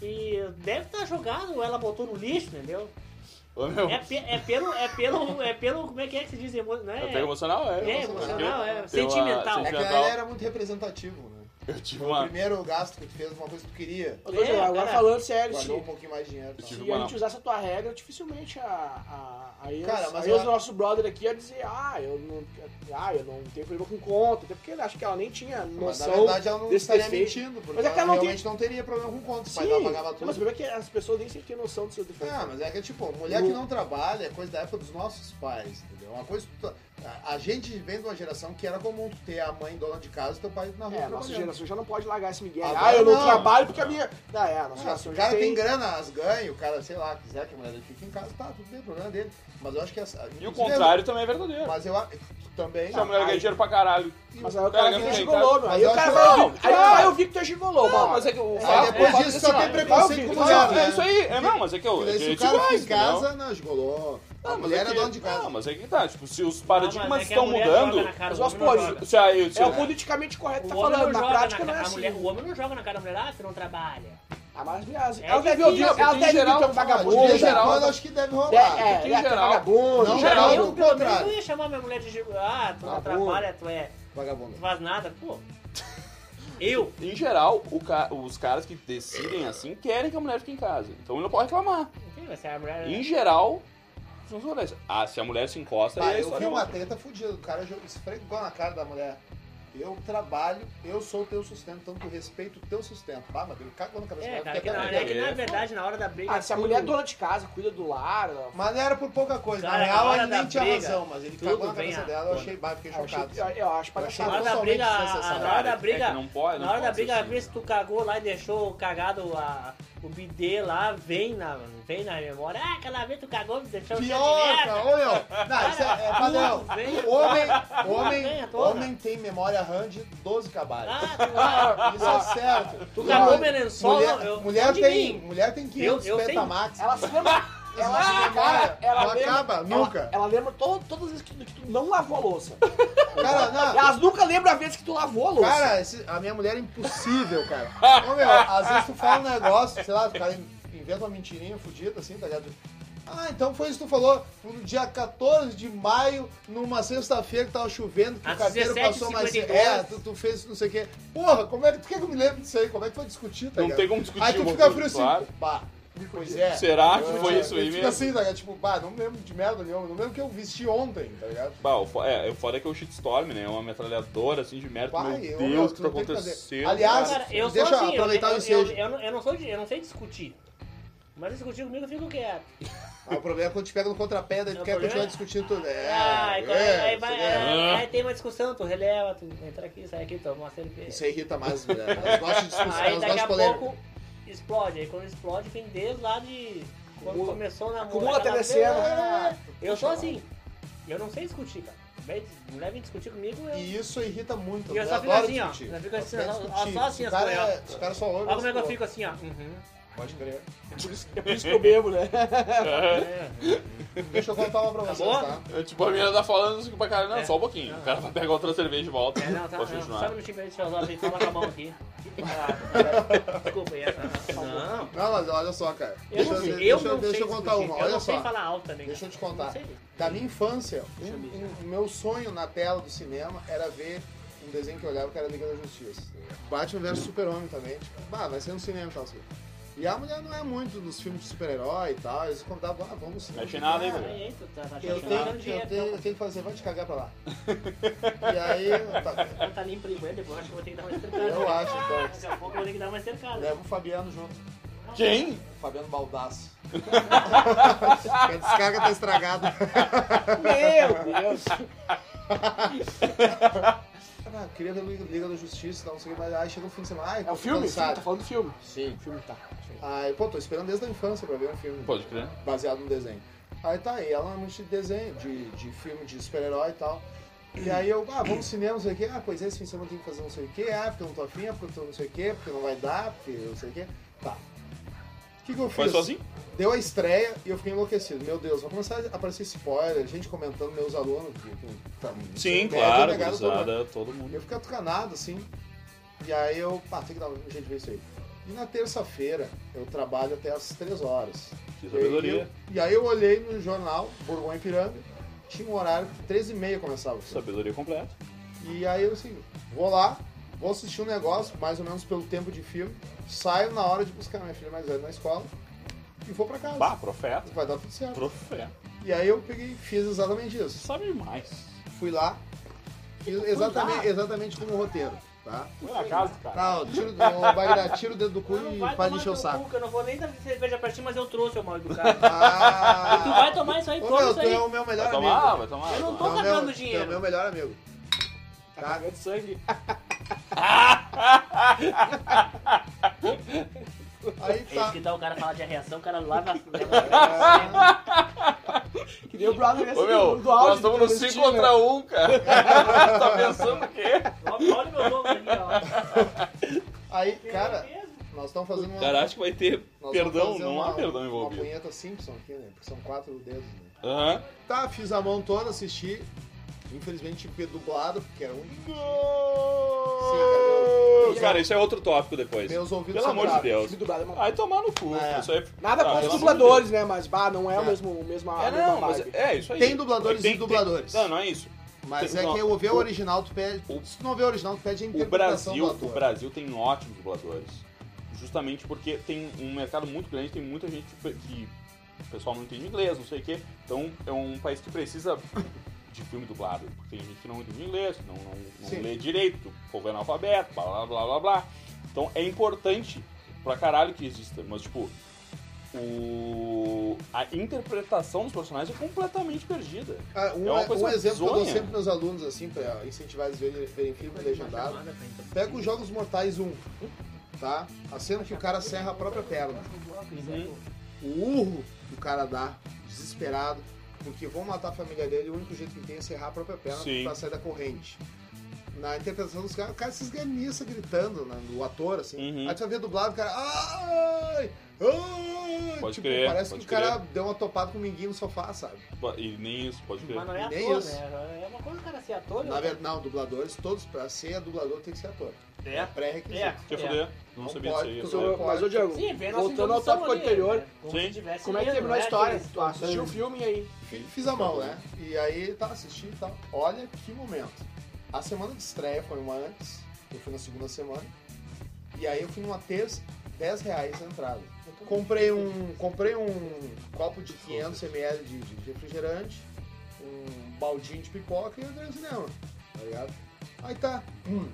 [SPEAKER 5] E deve estar jogado, ela botou no lixo, entendeu?
[SPEAKER 6] Ô, meu,
[SPEAKER 5] É, pe- é pelo. É pelo. É pelo. Como é que é que se diz? Emo, não é?
[SPEAKER 6] até emocional, é.
[SPEAKER 5] É, emocional, é.
[SPEAKER 6] Tem uma-
[SPEAKER 3] É
[SPEAKER 5] Sentimental.
[SPEAKER 3] que
[SPEAKER 6] sentimental.
[SPEAKER 3] ele era muito representativo, né?
[SPEAKER 6] Eu tive
[SPEAKER 3] Foi o
[SPEAKER 6] uma.
[SPEAKER 3] primeiro gasto que tu fez uma coisa que tu queria.
[SPEAKER 7] Ô, Douglas,
[SPEAKER 5] É,
[SPEAKER 7] agora
[SPEAKER 5] cara.
[SPEAKER 7] falando sério, se,
[SPEAKER 3] Guardou um pouquinho mais de dinheiro. e
[SPEAKER 6] Eu
[SPEAKER 3] tal.
[SPEAKER 6] tive
[SPEAKER 7] se
[SPEAKER 6] uma-
[SPEAKER 7] a gente usasse a tua regra, dificilmente a, a, a ex,
[SPEAKER 3] Cara, mas
[SPEAKER 7] a ex
[SPEAKER 3] ela-
[SPEAKER 7] do nosso brother aqui ia dizer, ah, eu não, ah, eu não tenho problema com conta, até porque ele acho que ela nem tinha
[SPEAKER 3] Mas na
[SPEAKER 7] noção.
[SPEAKER 3] verdade ela não
[SPEAKER 7] desse
[SPEAKER 3] estaria
[SPEAKER 7] defeito.
[SPEAKER 3] mentindo, porque
[SPEAKER 7] Mas é que
[SPEAKER 3] ela
[SPEAKER 7] ela não
[SPEAKER 3] realmente não teria problema com contas. O pai
[SPEAKER 7] Sim,
[SPEAKER 3] dela pagava
[SPEAKER 7] mas o
[SPEAKER 3] tudo.
[SPEAKER 7] problema é que as pessoas nem sempre têm noção do seu defeito.
[SPEAKER 3] Ah, mas é que tipo, mulher
[SPEAKER 7] No-
[SPEAKER 3] que não trabalha é coisa da época dos nossos pais, entendeu? Uma coisa. que tu- a- A gente vem de uma geração que era comum tu ter a mãe dona de casa e teu pai na rua.
[SPEAKER 7] É, a nossa
[SPEAKER 3] trabalhando.
[SPEAKER 7] geração já não pode largar esse Miguel.
[SPEAKER 3] Agora
[SPEAKER 7] Ah, eu não,
[SPEAKER 3] não.
[SPEAKER 7] trabalho porque a minha. Não, é, a nossa
[SPEAKER 3] Ah, se
[SPEAKER 7] geração
[SPEAKER 3] o
[SPEAKER 7] já
[SPEAKER 3] cara tem...
[SPEAKER 7] tem.
[SPEAKER 3] grana, as ganha, o cara, sei lá, quiser que a mulher dele fique em casa, tá, tudo bem, problema dele. Mas eu acho que essa.
[SPEAKER 6] E o
[SPEAKER 3] inclusive,
[SPEAKER 6] contrário também é verdadeiro.
[SPEAKER 3] Mas eu acho. Também.
[SPEAKER 6] Se a mulher ganha dinheiro pra caralho.
[SPEAKER 7] Mas aí o
[SPEAKER 6] Cara,
[SPEAKER 7] cara vira
[SPEAKER 6] eu não tenho
[SPEAKER 7] gigolô,
[SPEAKER 6] cara.
[SPEAKER 7] meu.
[SPEAKER 3] Mas
[SPEAKER 7] Aí
[SPEAKER 3] eu
[SPEAKER 7] o cara
[SPEAKER 3] acho-
[SPEAKER 7] vai.
[SPEAKER 6] Não,
[SPEAKER 7] Aí
[SPEAKER 6] não.
[SPEAKER 7] vai, eu vi que tu é gigolô,
[SPEAKER 6] Não,
[SPEAKER 7] mano.
[SPEAKER 6] mas é que o.
[SPEAKER 3] Aí depois
[SPEAKER 6] o fato
[SPEAKER 3] disso
[SPEAKER 6] é
[SPEAKER 3] só
[SPEAKER 6] assim,
[SPEAKER 3] tem
[SPEAKER 6] ó,
[SPEAKER 3] preconceito
[SPEAKER 6] não,
[SPEAKER 3] com mulher,
[SPEAKER 6] É
[SPEAKER 3] né?
[SPEAKER 6] isso aí. É, não, mas é que eu.
[SPEAKER 3] Daí, se o
[SPEAKER 6] direitos
[SPEAKER 3] cara fica
[SPEAKER 6] iguais,
[SPEAKER 3] em
[SPEAKER 6] entendeu?
[SPEAKER 3] casa, não, gigolô.
[SPEAKER 6] Não,
[SPEAKER 3] A
[SPEAKER 6] mas
[SPEAKER 3] mulher
[SPEAKER 6] é
[SPEAKER 3] é
[SPEAKER 6] que-
[SPEAKER 3] dona de casa.
[SPEAKER 6] Não, mas é que tá. Tipo, se os
[SPEAKER 5] Ah, mas é
[SPEAKER 6] paradigmas
[SPEAKER 5] que a
[SPEAKER 6] estão
[SPEAKER 5] mulher
[SPEAKER 6] mudando.
[SPEAKER 5] joga na cara
[SPEAKER 7] Mas
[SPEAKER 5] do
[SPEAKER 7] nós
[SPEAKER 5] homem, não
[SPEAKER 7] pode.
[SPEAKER 5] joga.
[SPEAKER 6] Se aí, se
[SPEAKER 7] É o politicamente correto que tá
[SPEAKER 5] O homem
[SPEAKER 7] falando. Na
[SPEAKER 5] não joga
[SPEAKER 7] prática não
[SPEAKER 5] na
[SPEAKER 7] é
[SPEAKER 5] ca- a
[SPEAKER 7] assim.
[SPEAKER 5] mulher- O homem não joga na cara da mulher, ah, você não trabalha.
[SPEAKER 7] Ah, mas aliás,
[SPEAKER 5] É
[SPEAKER 7] ela deve
[SPEAKER 5] difícil,
[SPEAKER 7] ouvir,
[SPEAKER 5] porque
[SPEAKER 7] ela
[SPEAKER 6] em
[SPEAKER 7] deve
[SPEAKER 6] geral-
[SPEAKER 7] geral, que é um
[SPEAKER 6] Em
[SPEAKER 7] vagabundo.
[SPEAKER 3] De vez em
[SPEAKER 6] geral, tá-
[SPEAKER 3] quando,
[SPEAKER 6] não.
[SPEAKER 3] acho que deve
[SPEAKER 7] É,
[SPEAKER 3] rolar.
[SPEAKER 7] é,
[SPEAKER 6] Porque em
[SPEAKER 7] ela é
[SPEAKER 6] geral-
[SPEAKER 7] vagabundo.
[SPEAKER 3] Não,
[SPEAKER 7] em
[SPEAKER 5] Cara,
[SPEAKER 7] geral,
[SPEAKER 3] geral,
[SPEAKER 5] eu
[SPEAKER 3] o
[SPEAKER 5] pelo menos
[SPEAKER 3] contrário.
[SPEAKER 5] não ia chamar minha mulher de. gigo- Ah, tu não
[SPEAKER 3] Ah, boa.
[SPEAKER 5] trabalha, tu é.
[SPEAKER 3] Vagabundo.
[SPEAKER 5] Tu faz nada, pô. Eu,
[SPEAKER 6] Em geral, o ca- os caras que decidem assim querem que a mulher fique em casa. Então ele não pode reclamar.
[SPEAKER 5] Sim, mas se a mulher.
[SPEAKER 6] Em geral, não acontece. Ah, se a mulher se
[SPEAKER 7] Tá,
[SPEAKER 6] encosta, aí
[SPEAKER 3] Ah,
[SPEAKER 6] é
[SPEAKER 3] eu vi
[SPEAKER 6] história.
[SPEAKER 3] uma
[SPEAKER 6] outra.
[SPEAKER 3] treta fudida. O cara jogou- esfregou na cara da mulher. Eu trabalho, eu sou o teu sustento, tanto respeito o teu sustento. Ah, mas ele cagou na cabeça
[SPEAKER 5] É,
[SPEAKER 3] dela,
[SPEAKER 5] cara,
[SPEAKER 3] porque
[SPEAKER 5] que na,
[SPEAKER 3] tá-
[SPEAKER 5] é que na verdade, na hora da briga.
[SPEAKER 7] Ah, se a
[SPEAKER 5] tudo-
[SPEAKER 7] mulher é dona de casa, cuida do lar. ela-
[SPEAKER 3] Mas não era por pouca coisa.
[SPEAKER 5] Cara,
[SPEAKER 3] na real,
[SPEAKER 5] na hora
[SPEAKER 3] ele nem
[SPEAKER 5] da
[SPEAKER 3] tinha
[SPEAKER 5] briga,
[SPEAKER 3] razão, mas ele
[SPEAKER 5] tudo
[SPEAKER 3] cagou na
[SPEAKER 5] vem
[SPEAKER 3] cabeça
[SPEAKER 5] à
[SPEAKER 3] dela. Eu
[SPEAKER 5] tona.
[SPEAKER 3] achei, bah, fiquei
[SPEAKER 7] Eu achei-
[SPEAKER 3] chocado.
[SPEAKER 7] eu- eu acho
[SPEAKER 3] Eu achei
[SPEAKER 5] Na
[SPEAKER 7] palhaçada.
[SPEAKER 5] hora da
[SPEAKER 3] totalmente
[SPEAKER 5] briga, a- a-
[SPEAKER 3] desnecessário.
[SPEAKER 5] na hora da
[SPEAKER 6] É
[SPEAKER 5] briga,
[SPEAKER 6] que não pode, não
[SPEAKER 5] na hora da
[SPEAKER 6] pode ser
[SPEAKER 5] briga, às
[SPEAKER 6] assim,
[SPEAKER 5] vezes tu cagou lá e deixou cagado a, o bidê lá, vem na, vem na memória. Ah, aquela vez tu cagou, me deixou cheio de
[SPEAKER 3] Pior,
[SPEAKER 5] merda.
[SPEAKER 3] cara, ô meu. Não, isso é, é padrão.
[SPEAKER 5] Tudo vem.
[SPEAKER 3] Homem,
[SPEAKER 5] Vem à
[SPEAKER 3] homem,
[SPEAKER 5] tona.
[SPEAKER 3] homem tem memória RAM de 12 cabalhos.
[SPEAKER 5] Ah,
[SPEAKER 3] [laughs]
[SPEAKER 5] tu, ah,
[SPEAKER 3] Isso é certo.
[SPEAKER 5] tu cagou
[SPEAKER 3] Mulher-
[SPEAKER 5] Melençol,
[SPEAKER 3] mulher,
[SPEAKER 5] eu-
[SPEAKER 3] mulher,
[SPEAKER 5] não de
[SPEAKER 3] tem,
[SPEAKER 5] mim.
[SPEAKER 3] mulher tem 500
[SPEAKER 5] Eu- eu sei.
[SPEAKER 3] petamax.
[SPEAKER 7] Ela se lembra. Ela,
[SPEAKER 3] Essa memória
[SPEAKER 7] cara, ela
[SPEAKER 3] não
[SPEAKER 7] lembra-
[SPEAKER 3] acaba
[SPEAKER 7] ela-
[SPEAKER 3] nunca.
[SPEAKER 7] Ela lembra to- todas as vezes que, que tu não lavou a louça.
[SPEAKER 3] Cara, não.
[SPEAKER 7] Elas nunca lembram a vez que tu lavou a louça.
[SPEAKER 3] Cara, esse- a minha mulher é impossível, cara.
[SPEAKER 6] [laughs]
[SPEAKER 3] Ô, meu, às vezes tu fala um negócio, sei lá, o cara inventa uma mentirinha fudida assim, tá ligado? Ah, então foi isso que tu falou. No dia 14 de maio, numa sexta-feira que tava chovendo, que
[SPEAKER 5] Às
[SPEAKER 3] o carteiro
[SPEAKER 5] 17h52.
[SPEAKER 3] passou mais cedo. É, tu, tu fez não sei o quê. Porra, como é que, por que que eu me lembro disso aí? Como é que foi discutir, tá
[SPEAKER 6] Não
[SPEAKER 3] ligado?
[SPEAKER 6] tem como discutir
[SPEAKER 3] Aí tu
[SPEAKER 6] uma
[SPEAKER 3] fica
[SPEAKER 6] coisa,
[SPEAKER 3] frio assim,
[SPEAKER 6] claro.
[SPEAKER 3] bah, pois é.
[SPEAKER 6] Será que foi
[SPEAKER 3] Eu-
[SPEAKER 6] isso
[SPEAKER 3] eu
[SPEAKER 6] aí
[SPEAKER 3] fico
[SPEAKER 6] mesmo?
[SPEAKER 3] assim, tá ligado? Tipo, bah, não lembro de merda nenhuma, não lembro o que eu vesti ontem, tá ligado?
[SPEAKER 6] Bah, o fo- é, o foda é que é o shitstorm, né? É uma metralhadora assim de merda.
[SPEAKER 3] Vai,
[SPEAKER 6] Meu
[SPEAKER 3] eu-
[SPEAKER 6] Deus, o
[SPEAKER 3] eu-
[SPEAKER 6] que tá
[SPEAKER 3] tu não tem o que fazer.
[SPEAKER 6] acontecendo?
[SPEAKER 3] Aliás,
[SPEAKER 6] cara?
[SPEAKER 5] Cara, eu sou
[SPEAKER 3] Deixa eu
[SPEAKER 5] assim,
[SPEAKER 3] aproveitar o
[SPEAKER 5] eu, eu,
[SPEAKER 3] ensejo.
[SPEAKER 5] eu, eu, não, eu não sou de, eu não sei discutir. Mas discutir comigo eu fico quieto.
[SPEAKER 3] Ah, o problema é quando te pega no contrapé, daí
[SPEAKER 5] É,
[SPEAKER 3] tu
[SPEAKER 5] o
[SPEAKER 3] quer
[SPEAKER 5] problema
[SPEAKER 3] continuar
[SPEAKER 5] é-
[SPEAKER 3] discutindo tudo. É,
[SPEAKER 5] ah, aí,
[SPEAKER 3] é,
[SPEAKER 5] quando- aí, vai,
[SPEAKER 3] isso aí é.
[SPEAKER 5] aí- aí tem uma discussão, tu releva, tu entra aqui, sai aqui, toma uma cerveja.
[SPEAKER 3] Isso aí irrita mais as mulheres. né? Elas gostam de discussão,
[SPEAKER 5] é. Aí
[SPEAKER 3] elas
[SPEAKER 5] daqui
[SPEAKER 3] gostam
[SPEAKER 5] a
[SPEAKER 3] de polêmica.
[SPEAKER 5] pouco explode. Aí quando explode, vem desde lá de. Quando
[SPEAKER 7] Acumula-
[SPEAKER 5] começou o namoro.
[SPEAKER 7] acumula
[SPEAKER 5] aquela
[SPEAKER 3] né?
[SPEAKER 7] telecena.
[SPEAKER 3] Ah,
[SPEAKER 5] vez- Eu sou assim. Eu não sei discutir, cara. Vem- Mulher vem discutir comigo, eu.
[SPEAKER 3] E isso irrita muito.
[SPEAKER 5] E eu
[SPEAKER 3] as
[SPEAKER 5] só
[SPEAKER 3] mulheres
[SPEAKER 5] fico
[SPEAKER 3] adoram
[SPEAKER 5] assim, ó.
[SPEAKER 3] discutir.
[SPEAKER 5] Eu fico assim,
[SPEAKER 3] Elas
[SPEAKER 5] ó,
[SPEAKER 3] querem
[SPEAKER 5] ó,
[SPEAKER 3] discutir.
[SPEAKER 5] só assim
[SPEAKER 3] Os
[SPEAKER 5] as
[SPEAKER 3] caras
[SPEAKER 5] coisas,
[SPEAKER 3] é- Os caras só ouvem.
[SPEAKER 5] Olha como é que eu
[SPEAKER 3] pô,
[SPEAKER 5] fico assim, ó. Uhum.
[SPEAKER 3] Pode crer.
[SPEAKER 7] É por isso que eu bebo, né?
[SPEAKER 3] Deixa eu contar uma pra vocês,
[SPEAKER 5] Acabou?
[SPEAKER 3] tá?
[SPEAKER 6] É, tipo, a menina tá falando assim pra cara, não,
[SPEAKER 5] É.
[SPEAKER 6] só um pouquinho. O cara vai pegar outra cerveja e volta.
[SPEAKER 5] É, não, tá. Não,
[SPEAKER 6] Pode
[SPEAKER 5] só
[SPEAKER 6] continuar.
[SPEAKER 5] um minutinho pra gente falar, gente falar com a
[SPEAKER 3] [laughs]
[SPEAKER 5] mão aqui. Ah, Desculpa, aí, essa. Não.
[SPEAKER 3] Não, mas olha só, cara.
[SPEAKER 5] Eu
[SPEAKER 3] Deixa
[SPEAKER 5] não
[SPEAKER 3] eu-
[SPEAKER 5] sei,
[SPEAKER 3] deixa
[SPEAKER 5] eu
[SPEAKER 3] eu-
[SPEAKER 5] não
[SPEAKER 3] deixa
[SPEAKER 5] sei
[SPEAKER 3] eu contar
[SPEAKER 5] discutir.
[SPEAKER 3] uma.
[SPEAKER 5] Eu
[SPEAKER 3] Olha
[SPEAKER 5] não sei
[SPEAKER 3] só.
[SPEAKER 5] falar alto também.
[SPEAKER 3] Deixa eu
[SPEAKER 5] cara.
[SPEAKER 3] te contar.
[SPEAKER 5] Não sei.
[SPEAKER 3] Da minha infância, um-
[SPEAKER 5] Deixa eu ver.
[SPEAKER 3] um- o meu sonho na tela do cinema era ver um desenho que eu olhava que era Liga da Justiça. Batman vs Super-Homem também. Tipo, bah, vai ser no cinema e tal. assim. E a mulher não é muito dos filmes de super-herói e tal. Eles contavam, ah, vamos no cinema.
[SPEAKER 6] Mexe nada, hein,
[SPEAKER 3] Ah,
[SPEAKER 6] velho?
[SPEAKER 5] Aí, tu tá- tá
[SPEAKER 3] Eu
[SPEAKER 5] tirando
[SPEAKER 3] tenho, um eu,
[SPEAKER 5] dinheiro,
[SPEAKER 3] tenho, eu
[SPEAKER 5] então.
[SPEAKER 3] tenho que fazer, vai te cagar pra
[SPEAKER 7] [laughs]
[SPEAKER 3] lá. e aí, tá,
[SPEAKER 5] Quando tá limpo de banho, depois eu acho que eu vou ter que dar uma cercada.
[SPEAKER 3] eu acho, então.
[SPEAKER 5] Daqui a pouco eu vou ter que dar uma cercada.
[SPEAKER 3] Leva o Fabiano junto.
[SPEAKER 6] Quem?
[SPEAKER 3] O
[SPEAKER 7] [laughs]
[SPEAKER 3] Fabiano Baldaço. a descarga tá estragada.
[SPEAKER 7] Meu Deus.
[SPEAKER 3] Ah, queria ver Liga da Justiça, não sei o que, mas aí chega o fim de semana. Ai,
[SPEAKER 7] É o
[SPEAKER 3] tô
[SPEAKER 7] filme? Sim,
[SPEAKER 3] cansado.
[SPEAKER 7] tá falando do filme.
[SPEAKER 3] Sim.
[SPEAKER 7] Filme tá.
[SPEAKER 3] Aí, pô, tô esperando desde a infância pra ver um filme
[SPEAKER 6] Pode crer.
[SPEAKER 3] baseado num desenho. Aí tá, aí ela é muito de desenho, de, de filme de super-herói e tal. E aí eu, ah, vamos no cinema, não sei o quê. Ah, pois é, esse fim de semana tem que fazer não sei o quê. Ah, porque eu não tô afim, ah, porque eu tô não sei o quê, porque não vai dar, porque não sei o quê. Tá. O que que eu fiz?
[SPEAKER 6] Foi sozinho?
[SPEAKER 3] Deu a estreia e eu fiquei enlouquecido. Meu Deus, vai começar a aparecer spoiler, gente comentando, meus alunos. que- que tá-
[SPEAKER 6] Sim,
[SPEAKER 3] merda,
[SPEAKER 6] claro,
[SPEAKER 3] negado, todo mundo.
[SPEAKER 6] gurizada, todo
[SPEAKER 3] E eu
[SPEAKER 6] mundo.
[SPEAKER 3] fiquei atucanado, assim. E aí eu, pá, tem que dar um jeito de ver isso aí. E E na terça-feira eu trabalho até às três horas. E
[SPEAKER 6] Que
[SPEAKER 3] aí
[SPEAKER 6] sabedoria.
[SPEAKER 3] eu- E aí eu olhei no jornal, Borgonha e Piranga, tinha um horário que 13 e meia começava.
[SPEAKER 6] Sabedoria completa.
[SPEAKER 3] E aí eu assim, vou lá, vou assistir um negócio, mais ou menos pelo tempo de filme, saio na hora de buscar minha filha mais velha na escola e vou pra casa.
[SPEAKER 6] Bah, profeta.
[SPEAKER 3] Vai dar tudo certo.
[SPEAKER 6] Profeta.
[SPEAKER 3] E aí eu peguei e fiz exatamente isso.
[SPEAKER 6] Sabe demais.
[SPEAKER 3] Fui lá, fiz exatamente, exatamente como o roteiro, tá?
[SPEAKER 6] Foi na casa do cara.
[SPEAKER 3] Não, Tá, tiro, o Bagdá tira o dedo do cu
[SPEAKER 5] Não,
[SPEAKER 3] e
[SPEAKER 5] vai
[SPEAKER 3] faz encher
[SPEAKER 5] tomar
[SPEAKER 3] o
[SPEAKER 5] teu
[SPEAKER 3] saco.
[SPEAKER 5] cu, que eu não vou nem dar cerveja pra ti, mas eu trouxe o mal educado. [laughs] tu vai
[SPEAKER 3] Ah,
[SPEAKER 5] tomar isso aí,
[SPEAKER 3] ô
[SPEAKER 5] toma
[SPEAKER 3] meu, tu
[SPEAKER 5] isso aí.
[SPEAKER 3] é o meu melhor
[SPEAKER 6] Vai
[SPEAKER 3] amigo.
[SPEAKER 6] tomar, vai tomar.
[SPEAKER 5] Eu não
[SPEAKER 3] Tu é
[SPEAKER 5] tô
[SPEAKER 3] o
[SPEAKER 5] cagando
[SPEAKER 3] meu-
[SPEAKER 5] dinheiro.
[SPEAKER 3] Tu é o meu melhor amigo.
[SPEAKER 6] Tá cagando sangue.
[SPEAKER 3] Aí
[SPEAKER 5] É isso
[SPEAKER 3] tá.
[SPEAKER 5] que dá o cara falar de reação, o cara lava. né?
[SPEAKER 3] [laughs]
[SPEAKER 7] Que nem o brother
[SPEAKER 6] Ô meu, nós estamos no 5 contra 1, um, cara. tá pensando o quê?
[SPEAKER 5] Olha meu nome aqui, ó.
[SPEAKER 3] Aí, cara, nós estamos fazendo uma.
[SPEAKER 6] Cara, acho que vai ter
[SPEAKER 3] nós estamos
[SPEAKER 6] perdão,
[SPEAKER 3] fazendo
[SPEAKER 6] não
[SPEAKER 3] uma-
[SPEAKER 6] há perdão
[SPEAKER 3] Uma
[SPEAKER 6] envolvido.
[SPEAKER 3] punheta Simpson aqui, né? Porque são quatro dedos, né?
[SPEAKER 6] Aham.
[SPEAKER 3] Tá, fiz a mão toda, assisti. Infelizmente tive que ver dublado, porque era um.
[SPEAKER 6] Não!
[SPEAKER 3] Sim,
[SPEAKER 6] Cara, isso é outro tópico depois.
[SPEAKER 3] Meus ouvidos
[SPEAKER 6] Pelo amor de
[SPEAKER 3] sangraram.
[SPEAKER 6] Deus.
[SPEAKER 7] dublado é uma...
[SPEAKER 6] Ai, tomar no cu.
[SPEAKER 3] É.
[SPEAKER 6] Isso aí...
[SPEAKER 7] Nada
[SPEAKER 6] Ah,
[SPEAKER 7] contra os
[SPEAKER 6] pelo amor de
[SPEAKER 7] dubladores, né? Mas, bah, não é o
[SPEAKER 3] É.
[SPEAKER 7] mesmo, mesmo
[SPEAKER 6] Deus. É,
[SPEAKER 7] a mesma
[SPEAKER 6] não, mas
[SPEAKER 7] vibe.
[SPEAKER 6] é isso aí.
[SPEAKER 3] Tem dubladores
[SPEAKER 6] Tem-
[SPEAKER 3] e dubladores.
[SPEAKER 6] Não, não é isso.
[SPEAKER 3] Mas
[SPEAKER 6] Tem-
[SPEAKER 3] é
[SPEAKER 6] não,
[SPEAKER 3] que eu ver o
[SPEAKER 6] o-
[SPEAKER 3] original, tu pede.
[SPEAKER 6] o-
[SPEAKER 3] Se tu não ver o original, tu pede a
[SPEAKER 6] O
[SPEAKER 3] interpretação
[SPEAKER 6] Brasil,
[SPEAKER 3] do
[SPEAKER 6] o
[SPEAKER 3] ator.
[SPEAKER 6] Brasil tem ótimos dubladores. Justamente porque tem um mercado muito grande, tem muita gente que, que o pessoal não entende inglês, não sei o quê. Então é um país que precisa de filme dublado. Porque tem gente que não entende inglês, que não, não, não
[SPEAKER 3] Sim.
[SPEAKER 6] lê direito, que o povo é analfabeto, blá blá blá blá blá. Então é importante pra caralho que exista. Mas tipo, o... a interpretação dos personagens é completamente perdida.
[SPEAKER 3] Ah, um,
[SPEAKER 6] é uma
[SPEAKER 3] um
[SPEAKER 6] coisa
[SPEAKER 3] exemplo que eu dou
[SPEAKER 6] bizonha.
[SPEAKER 3] sempre meus alunos, assim, pra incentivar eles a verem, verem filme legendado. Pega os Jogos Mortais 1, tá? A cena que o cara serra a própria perna.
[SPEAKER 5] Uhum.
[SPEAKER 3] O urro que o cara dá, desesperado, porque vão matar a família dele, o único jeito que tem é serrar a própria perna
[SPEAKER 6] Sim.
[SPEAKER 3] pra sair da corrente. Na interpretação dos caras, o cara se esganiça gritando, né? O ator, assim.
[SPEAKER 6] Uhum.
[SPEAKER 3] Aí tu vai ver dublado, o cara. Ai! Ai!
[SPEAKER 6] Pode
[SPEAKER 3] tipo,
[SPEAKER 6] crer,
[SPEAKER 3] parece
[SPEAKER 6] pode
[SPEAKER 3] que o cara deu uma topada com o minguinho no sofá, sabe?
[SPEAKER 6] E nem isso, pode ver.
[SPEAKER 5] Mas não é
[SPEAKER 3] Nem
[SPEAKER 5] ator,
[SPEAKER 3] isso.
[SPEAKER 5] né? É uma coisa o cara ser ator.
[SPEAKER 3] Na
[SPEAKER 5] né?
[SPEAKER 3] verdade, não, dubladores, todos, pra ser dublador tem que ser ator.
[SPEAKER 5] É.
[SPEAKER 3] Pré-requisito.
[SPEAKER 5] É.
[SPEAKER 6] Quer fuder? Não,
[SPEAKER 3] Não
[SPEAKER 6] sabia
[SPEAKER 3] pode,
[SPEAKER 6] disso
[SPEAKER 3] tu
[SPEAKER 6] aí.
[SPEAKER 3] não-
[SPEAKER 6] eu
[SPEAKER 7] Mas, mas ô Diego,
[SPEAKER 5] Sim, vem a nossa
[SPEAKER 7] voltando ao
[SPEAKER 5] introdução
[SPEAKER 7] tópico
[SPEAKER 5] ali,
[SPEAKER 7] anterior,
[SPEAKER 5] né? Como se
[SPEAKER 6] Sim.
[SPEAKER 5] tivesse
[SPEAKER 7] como é que
[SPEAKER 5] mesmo,
[SPEAKER 7] terminou a
[SPEAKER 5] né?
[SPEAKER 7] história?
[SPEAKER 5] Aqueles-
[SPEAKER 7] Tu assistiu o filme e aí?
[SPEAKER 3] Fi- Fiz a mão, né? E aí, tá, assisti e tal. Olha que momento. A semana de estreia foi uma antes, eu fui na segunda semana. E aí eu fui numa terça, 10 reais a entrada. Comprei um, comprei um copo de 500ml de, de refrigerante, um baldinho de pipoca e entrei no cinema, tá ligado? Aí tá. Hum.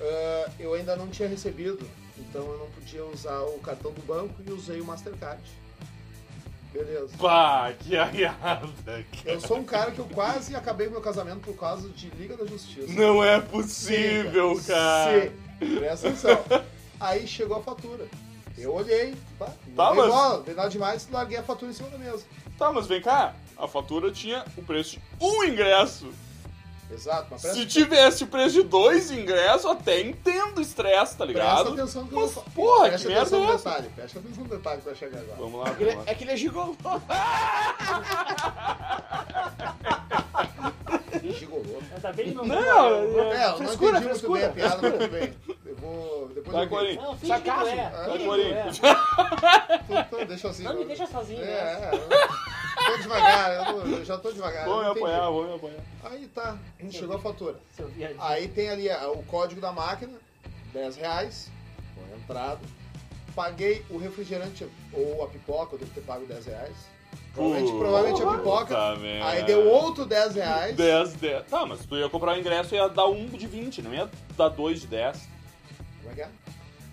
[SPEAKER 3] Ah, eu ainda não tinha recebido, então eu não podia usar o cartão do banco e usei o Mastercard. Beleza.
[SPEAKER 6] Pá, que agada,
[SPEAKER 3] Eu sou um cara que eu quase acabei meu casamento por causa de Liga da Justiça.
[SPEAKER 6] Não é possível,
[SPEAKER 3] Sim,
[SPEAKER 6] cara.
[SPEAKER 3] Sim. Presta atenção. Aí chegou a fatura. Eu olhei, pá,
[SPEAKER 6] Tá,
[SPEAKER 3] não dei
[SPEAKER 6] mas-
[SPEAKER 3] bola, não dei nada demais, larguei a fatura em cima da mesa.
[SPEAKER 6] Tá, mas vem cá. A fatura tinha o preço de um ingresso.
[SPEAKER 3] Exato, mas presta,
[SPEAKER 6] Se tivesse o preço de dois ingressos, até entendo o estresse,
[SPEAKER 3] presta
[SPEAKER 6] tá ligado?
[SPEAKER 3] atenção no que
[SPEAKER 6] Mas,
[SPEAKER 3] eu vou falar.
[SPEAKER 6] porra,
[SPEAKER 3] presta
[SPEAKER 6] que
[SPEAKER 3] atenção
[SPEAKER 6] merda
[SPEAKER 3] no
[SPEAKER 6] é essa?
[SPEAKER 3] detalhe, presta atenção no detalhe que vai chegar agora.
[SPEAKER 6] Vamos lá,
[SPEAKER 7] É que ele
[SPEAKER 6] vamos
[SPEAKER 7] é,
[SPEAKER 6] lá.
[SPEAKER 7] é que ele é gigolô.
[SPEAKER 3] Gigolô.
[SPEAKER 5] Ainda bem que não. né?
[SPEAKER 6] Não,
[SPEAKER 3] É, eu
[SPEAKER 7] Frescura,
[SPEAKER 3] não entendi muito bem a piada, mas tudo bem. Eu vou. Depois
[SPEAKER 6] Vai,
[SPEAKER 3] eu
[SPEAKER 6] Corinthians.
[SPEAKER 5] Não, finge que não é.
[SPEAKER 3] Sacaço.
[SPEAKER 5] Finge que
[SPEAKER 6] Corinthians.
[SPEAKER 5] não é.
[SPEAKER 3] Tô- tô- deixa assim.
[SPEAKER 5] Não me
[SPEAKER 3] eu-
[SPEAKER 5] deixa sozinho,
[SPEAKER 3] É,
[SPEAKER 5] né?
[SPEAKER 3] é. eu- Tô devagar, eu, não- eu já tô devagar. eu
[SPEAKER 6] Vou me
[SPEAKER 3] não entendi.
[SPEAKER 6] apanhar, vou me apanhar.
[SPEAKER 3] Aí tá, chegou a fatura.
[SPEAKER 5] Seu viadinho.
[SPEAKER 3] Aí tem ali ah, o código da máquina, 10 reais, com a entrada. Paguei o refrigerante ou a pipoca, eu devo ter pago 10 reais. Provavelmente, provavelmente a
[SPEAKER 6] Puta
[SPEAKER 3] pipoca.
[SPEAKER 6] merda.
[SPEAKER 3] Aí deu outro 10 reais.
[SPEAKER 6] 10, 10. Tá, mas tu ia comprar o ingresso e ia dar um de 20, não ia dar dois de 10.
[SPEAKER 3] Como é que é?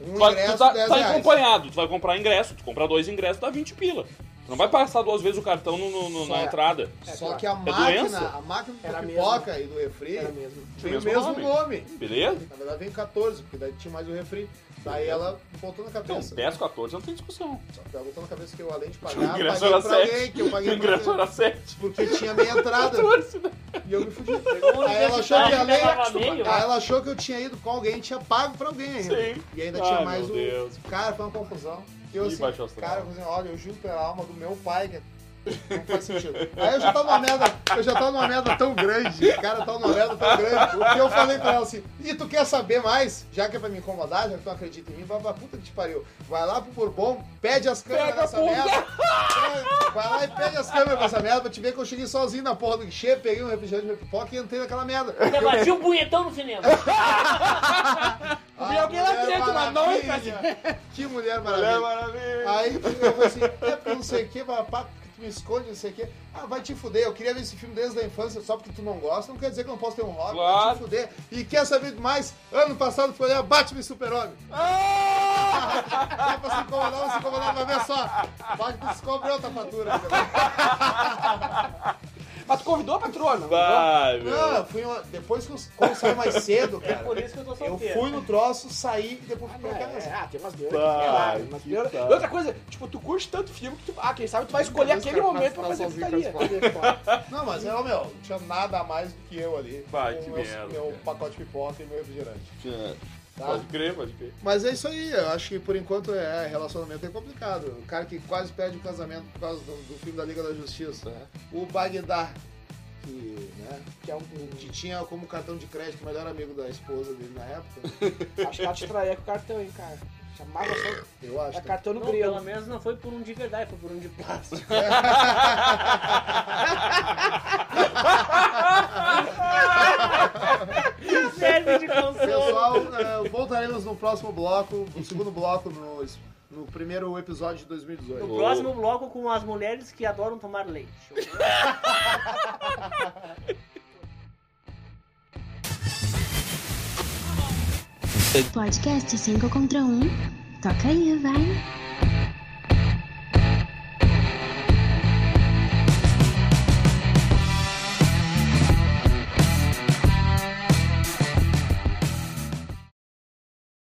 [SPEAKER 3] Um
[SPEAKER 6] Tu vai-
[SPEAKER 3] ingresso,
[SPEAKER 6] tu tá,
[SPEAKER 3] 10
[SPEAKER 6] tá
[SPEAKER 3] reais.
[SPEAKER 6] acompanhado, tu vai comprar ingresso, tu compra dois ingressos, dá 20 pila. Tu não vai passar duas vezes o cartão no- no- no-
[SPEAKER 3] É.
[SPEAKER 6] na
[SPEAKER 7] Só-
[SPEAKER 6] entrada.
[SPEAKER 3] Só que a
[SPEAKER 6] É doença?
[SPEAKER 3] máquina, a máquina
[SPEAKER 7] Era
[SPEAKER 3] da pipoca e do refri
[SPEAKER 7] Era mesmo.
[SPEAKER 3] tem o
[SPEAKER 6] Mesmo
[SPEAKER 3] mesmo
[SPEAKER 6] nome.
[SPEAKER 3] nome.
[SPEAKER 6] Beleza?
[SPEAKER 3] Na verdade vem 14, porque daí tinha mais o refri. Daí ela botou na
[SPEAKER 6] Então,
[SPEAKER 3] cabeça.
[SPEAKER 6] 10, 14 não tem discussão.
[SPEAKER 3] Só que ela botou na cabeça que Ah, eu, além de
[SPEAKER 6] O
[SPEAKER 3] pagar, paguei
[SPEAKER 6] ingresso
[SPEAKER 3] pra
[SPEAKER 6] era
[SPEAKER 3] alguém,
[SPEAKER 6] 7.
[SPEAKER 3] que eu
[SPEAKER 6] O
[SPEAKER 3] paguei pra
[SPEAKER 6] ingresso
[SPEAKER 3] você.
[SPEAKER 6] era 7.
[SPEAKER 3] Porque tinha meia entrada. E eu me fudi.
[SPEAKER 6] um
[SPEAKER 3] Aí ela achou que
[SPEAKER 5] universitário
[SPEAKER 3] além-
[SPEAKER 5] pegava meio,
[SPEAKER 3] aí ela achou que eu tinha ido com alguém, tinha pago pra alguém ainda.
[SPEAKER 6] né? Sim.
[SPEAKER 3] E ainda
[SPEAKER 6] Ai,
[SPEAKER 3] tinha
[SPEAKER 6] meu
[SPEAKER 3] mais um.
[SPEAKER 6] Deus.
[SPEAKER 3] Cara, foi uma confusão. Eu
[SPEAKER 6] Ih,
[SPEAKER 3] assim,
[SPEAKER 6] baixou astral.
[SPEAKER 3] cara, eu falei, olha, eu juro pela alma do meu pai, que é Não faz sentido. Aí eu já tava numa merda, eu já tava numa merda tão grande, o cara tava numa merda tão grande. O que eu falei pra ela assim, e tu quer saber mais? Já que é pra me incomodar, já que tu não acredita em mim, vai pra puta que te pariu. Vai lá pro Bourbon, pede as câmeras
[SPEAKER 7] Pega
[SPEAKER 3] nessa
[SPEAKER 7] a bunda.
[SPEAKER 3] merda. É, Vai lá e pede as câmeras pra essa merda pra te ver que eu cheguei sozinho na porra do guichê, peguei um refrigerante, minha pipoca e entrei naquela merda.
[SPEAKER 5] Ainda bati um punhetão no
[SPEAKER 3] [laughs]
[SPEAKER 5] cinema.
[SPEAKER 3] Ah,
[SPEAKER 7] E alguém lá
[SPEAKER 3] mulher
[SPEAKER 7] dentro, uma noiva,
[SPEAKER 3] maravilha. Que mulher
[SPEAKER 6] Mulher
[SPEAKER 3] maravilha.
[SPEAKER 6] né? Maravilha!
[SPEAKER 3] Aí eu falei assim, é porque não sei o que, papá, porque tu me esconde, não sei o que. Ah, vai te fuder, eu queria ver esse filme desde a infância, só porque tu não gosta, não quer dizer que eu não posso ter um hobby, vai
[SPEAKER 6] Claro.
[SPEAKER 3] te fuder. E quer saber mais? Ano passado foi olhar Batman e Super-Homem. [laughs] Ah! pra se incomodar, vai se incomodar, vai ver só. Batman descobre outra fatura.
[SPEAKER 7] Mas tu convidou a patrona?
[SPEAKER 6] Vai,
[SPEAKER 3] Não,
[SPEAKER 6] meu.
[SPEAKER 3] eu fui, uma- depois que eu como saí mais cedo,
[SPEAKER 5] É
[SPEAKER 3] cara,
[SPEAKER 5] por isso que eu tô
[SPEAKER 3] eu
[SPEAKER 5] solteiro.
[SPEAKER 3] fui no troço, saí e depois
[SPEAKER 7] Ah,
[SPEAKER 3] fui
[SPEAKER 7] não,
[SPEAKER 3] pra
[SPEAKER 7] é,
[SPEAKER 3] casa.
[SPEAKER 7] ah, tem umas deuras.
[SPEAKER 6] Vai,
[SPEAKER 7] caralho, umas
[SPEAKER 6] que tá.
[SPEAKER 7] deuras. E
[SPEAKER 6] tal.
[SPEAKER 7] outra coisa, tipo, tu curte tanto filme que tu. Ah, quem sabe tu vai escolher aquele momento pra fazer putaria.
[SPEAKER 3] Não, mas era, meu, não tinha nada a mais do que eu ali.
[SPEAKER 6] Vai,
[SPEAKER 3] com
[SPEAKER 6] que
[SPEAKER 3] meus-
[SPEAKER 6] merda,
[SPEAKER 3] Meu
[SPEAKER 6] cara.
[SPEAKER 3] pacote de pipoca e meu refrigerante. Tá?
[SPEAKER 6] Pode crer, pode crer.
[SPEAKER 3] Mas é isso aí, eu acho que por enquanto é relacionamento é complicado. O cara que quase perde o casamento por causa do, do filme da Liga da Justiça. O Bagdá, que, né,
[SPEAKER 7] Que é um. um-
[SPEAKER 3] que tinha como cartão de crédito o melhor amigo da esposa dele na época,
[SPEAKER 7] um, Acho que ela te traía com o cartão, hein, cara. Chamava só.
[SPEAKER 3] eu acho.
[SPEAKER 7] É
[SPEAKER 3] Tá?
[SPEAKER 7] cartão no
[SPEAKER 5] Não, pelo
[SPEAKER 7] grelo.
[SPEAKER 5] menos não foi por um de verdade, foi por um de
[SPEAKER 3] [laughs]
[SPEAKER 5] plástico. Que Serve de consolo.
[SPEAKER 3] Pessoal, eh, voltaremos no próximo bloco, no segundo bloco, no, no primeiro episódio de 2018.
[SPEAKER 5] No próximo bloco com as mulheres que adoram tomar leite.
[SPEAKER 8] Podcast 5 contra 1. Toca aí, vai.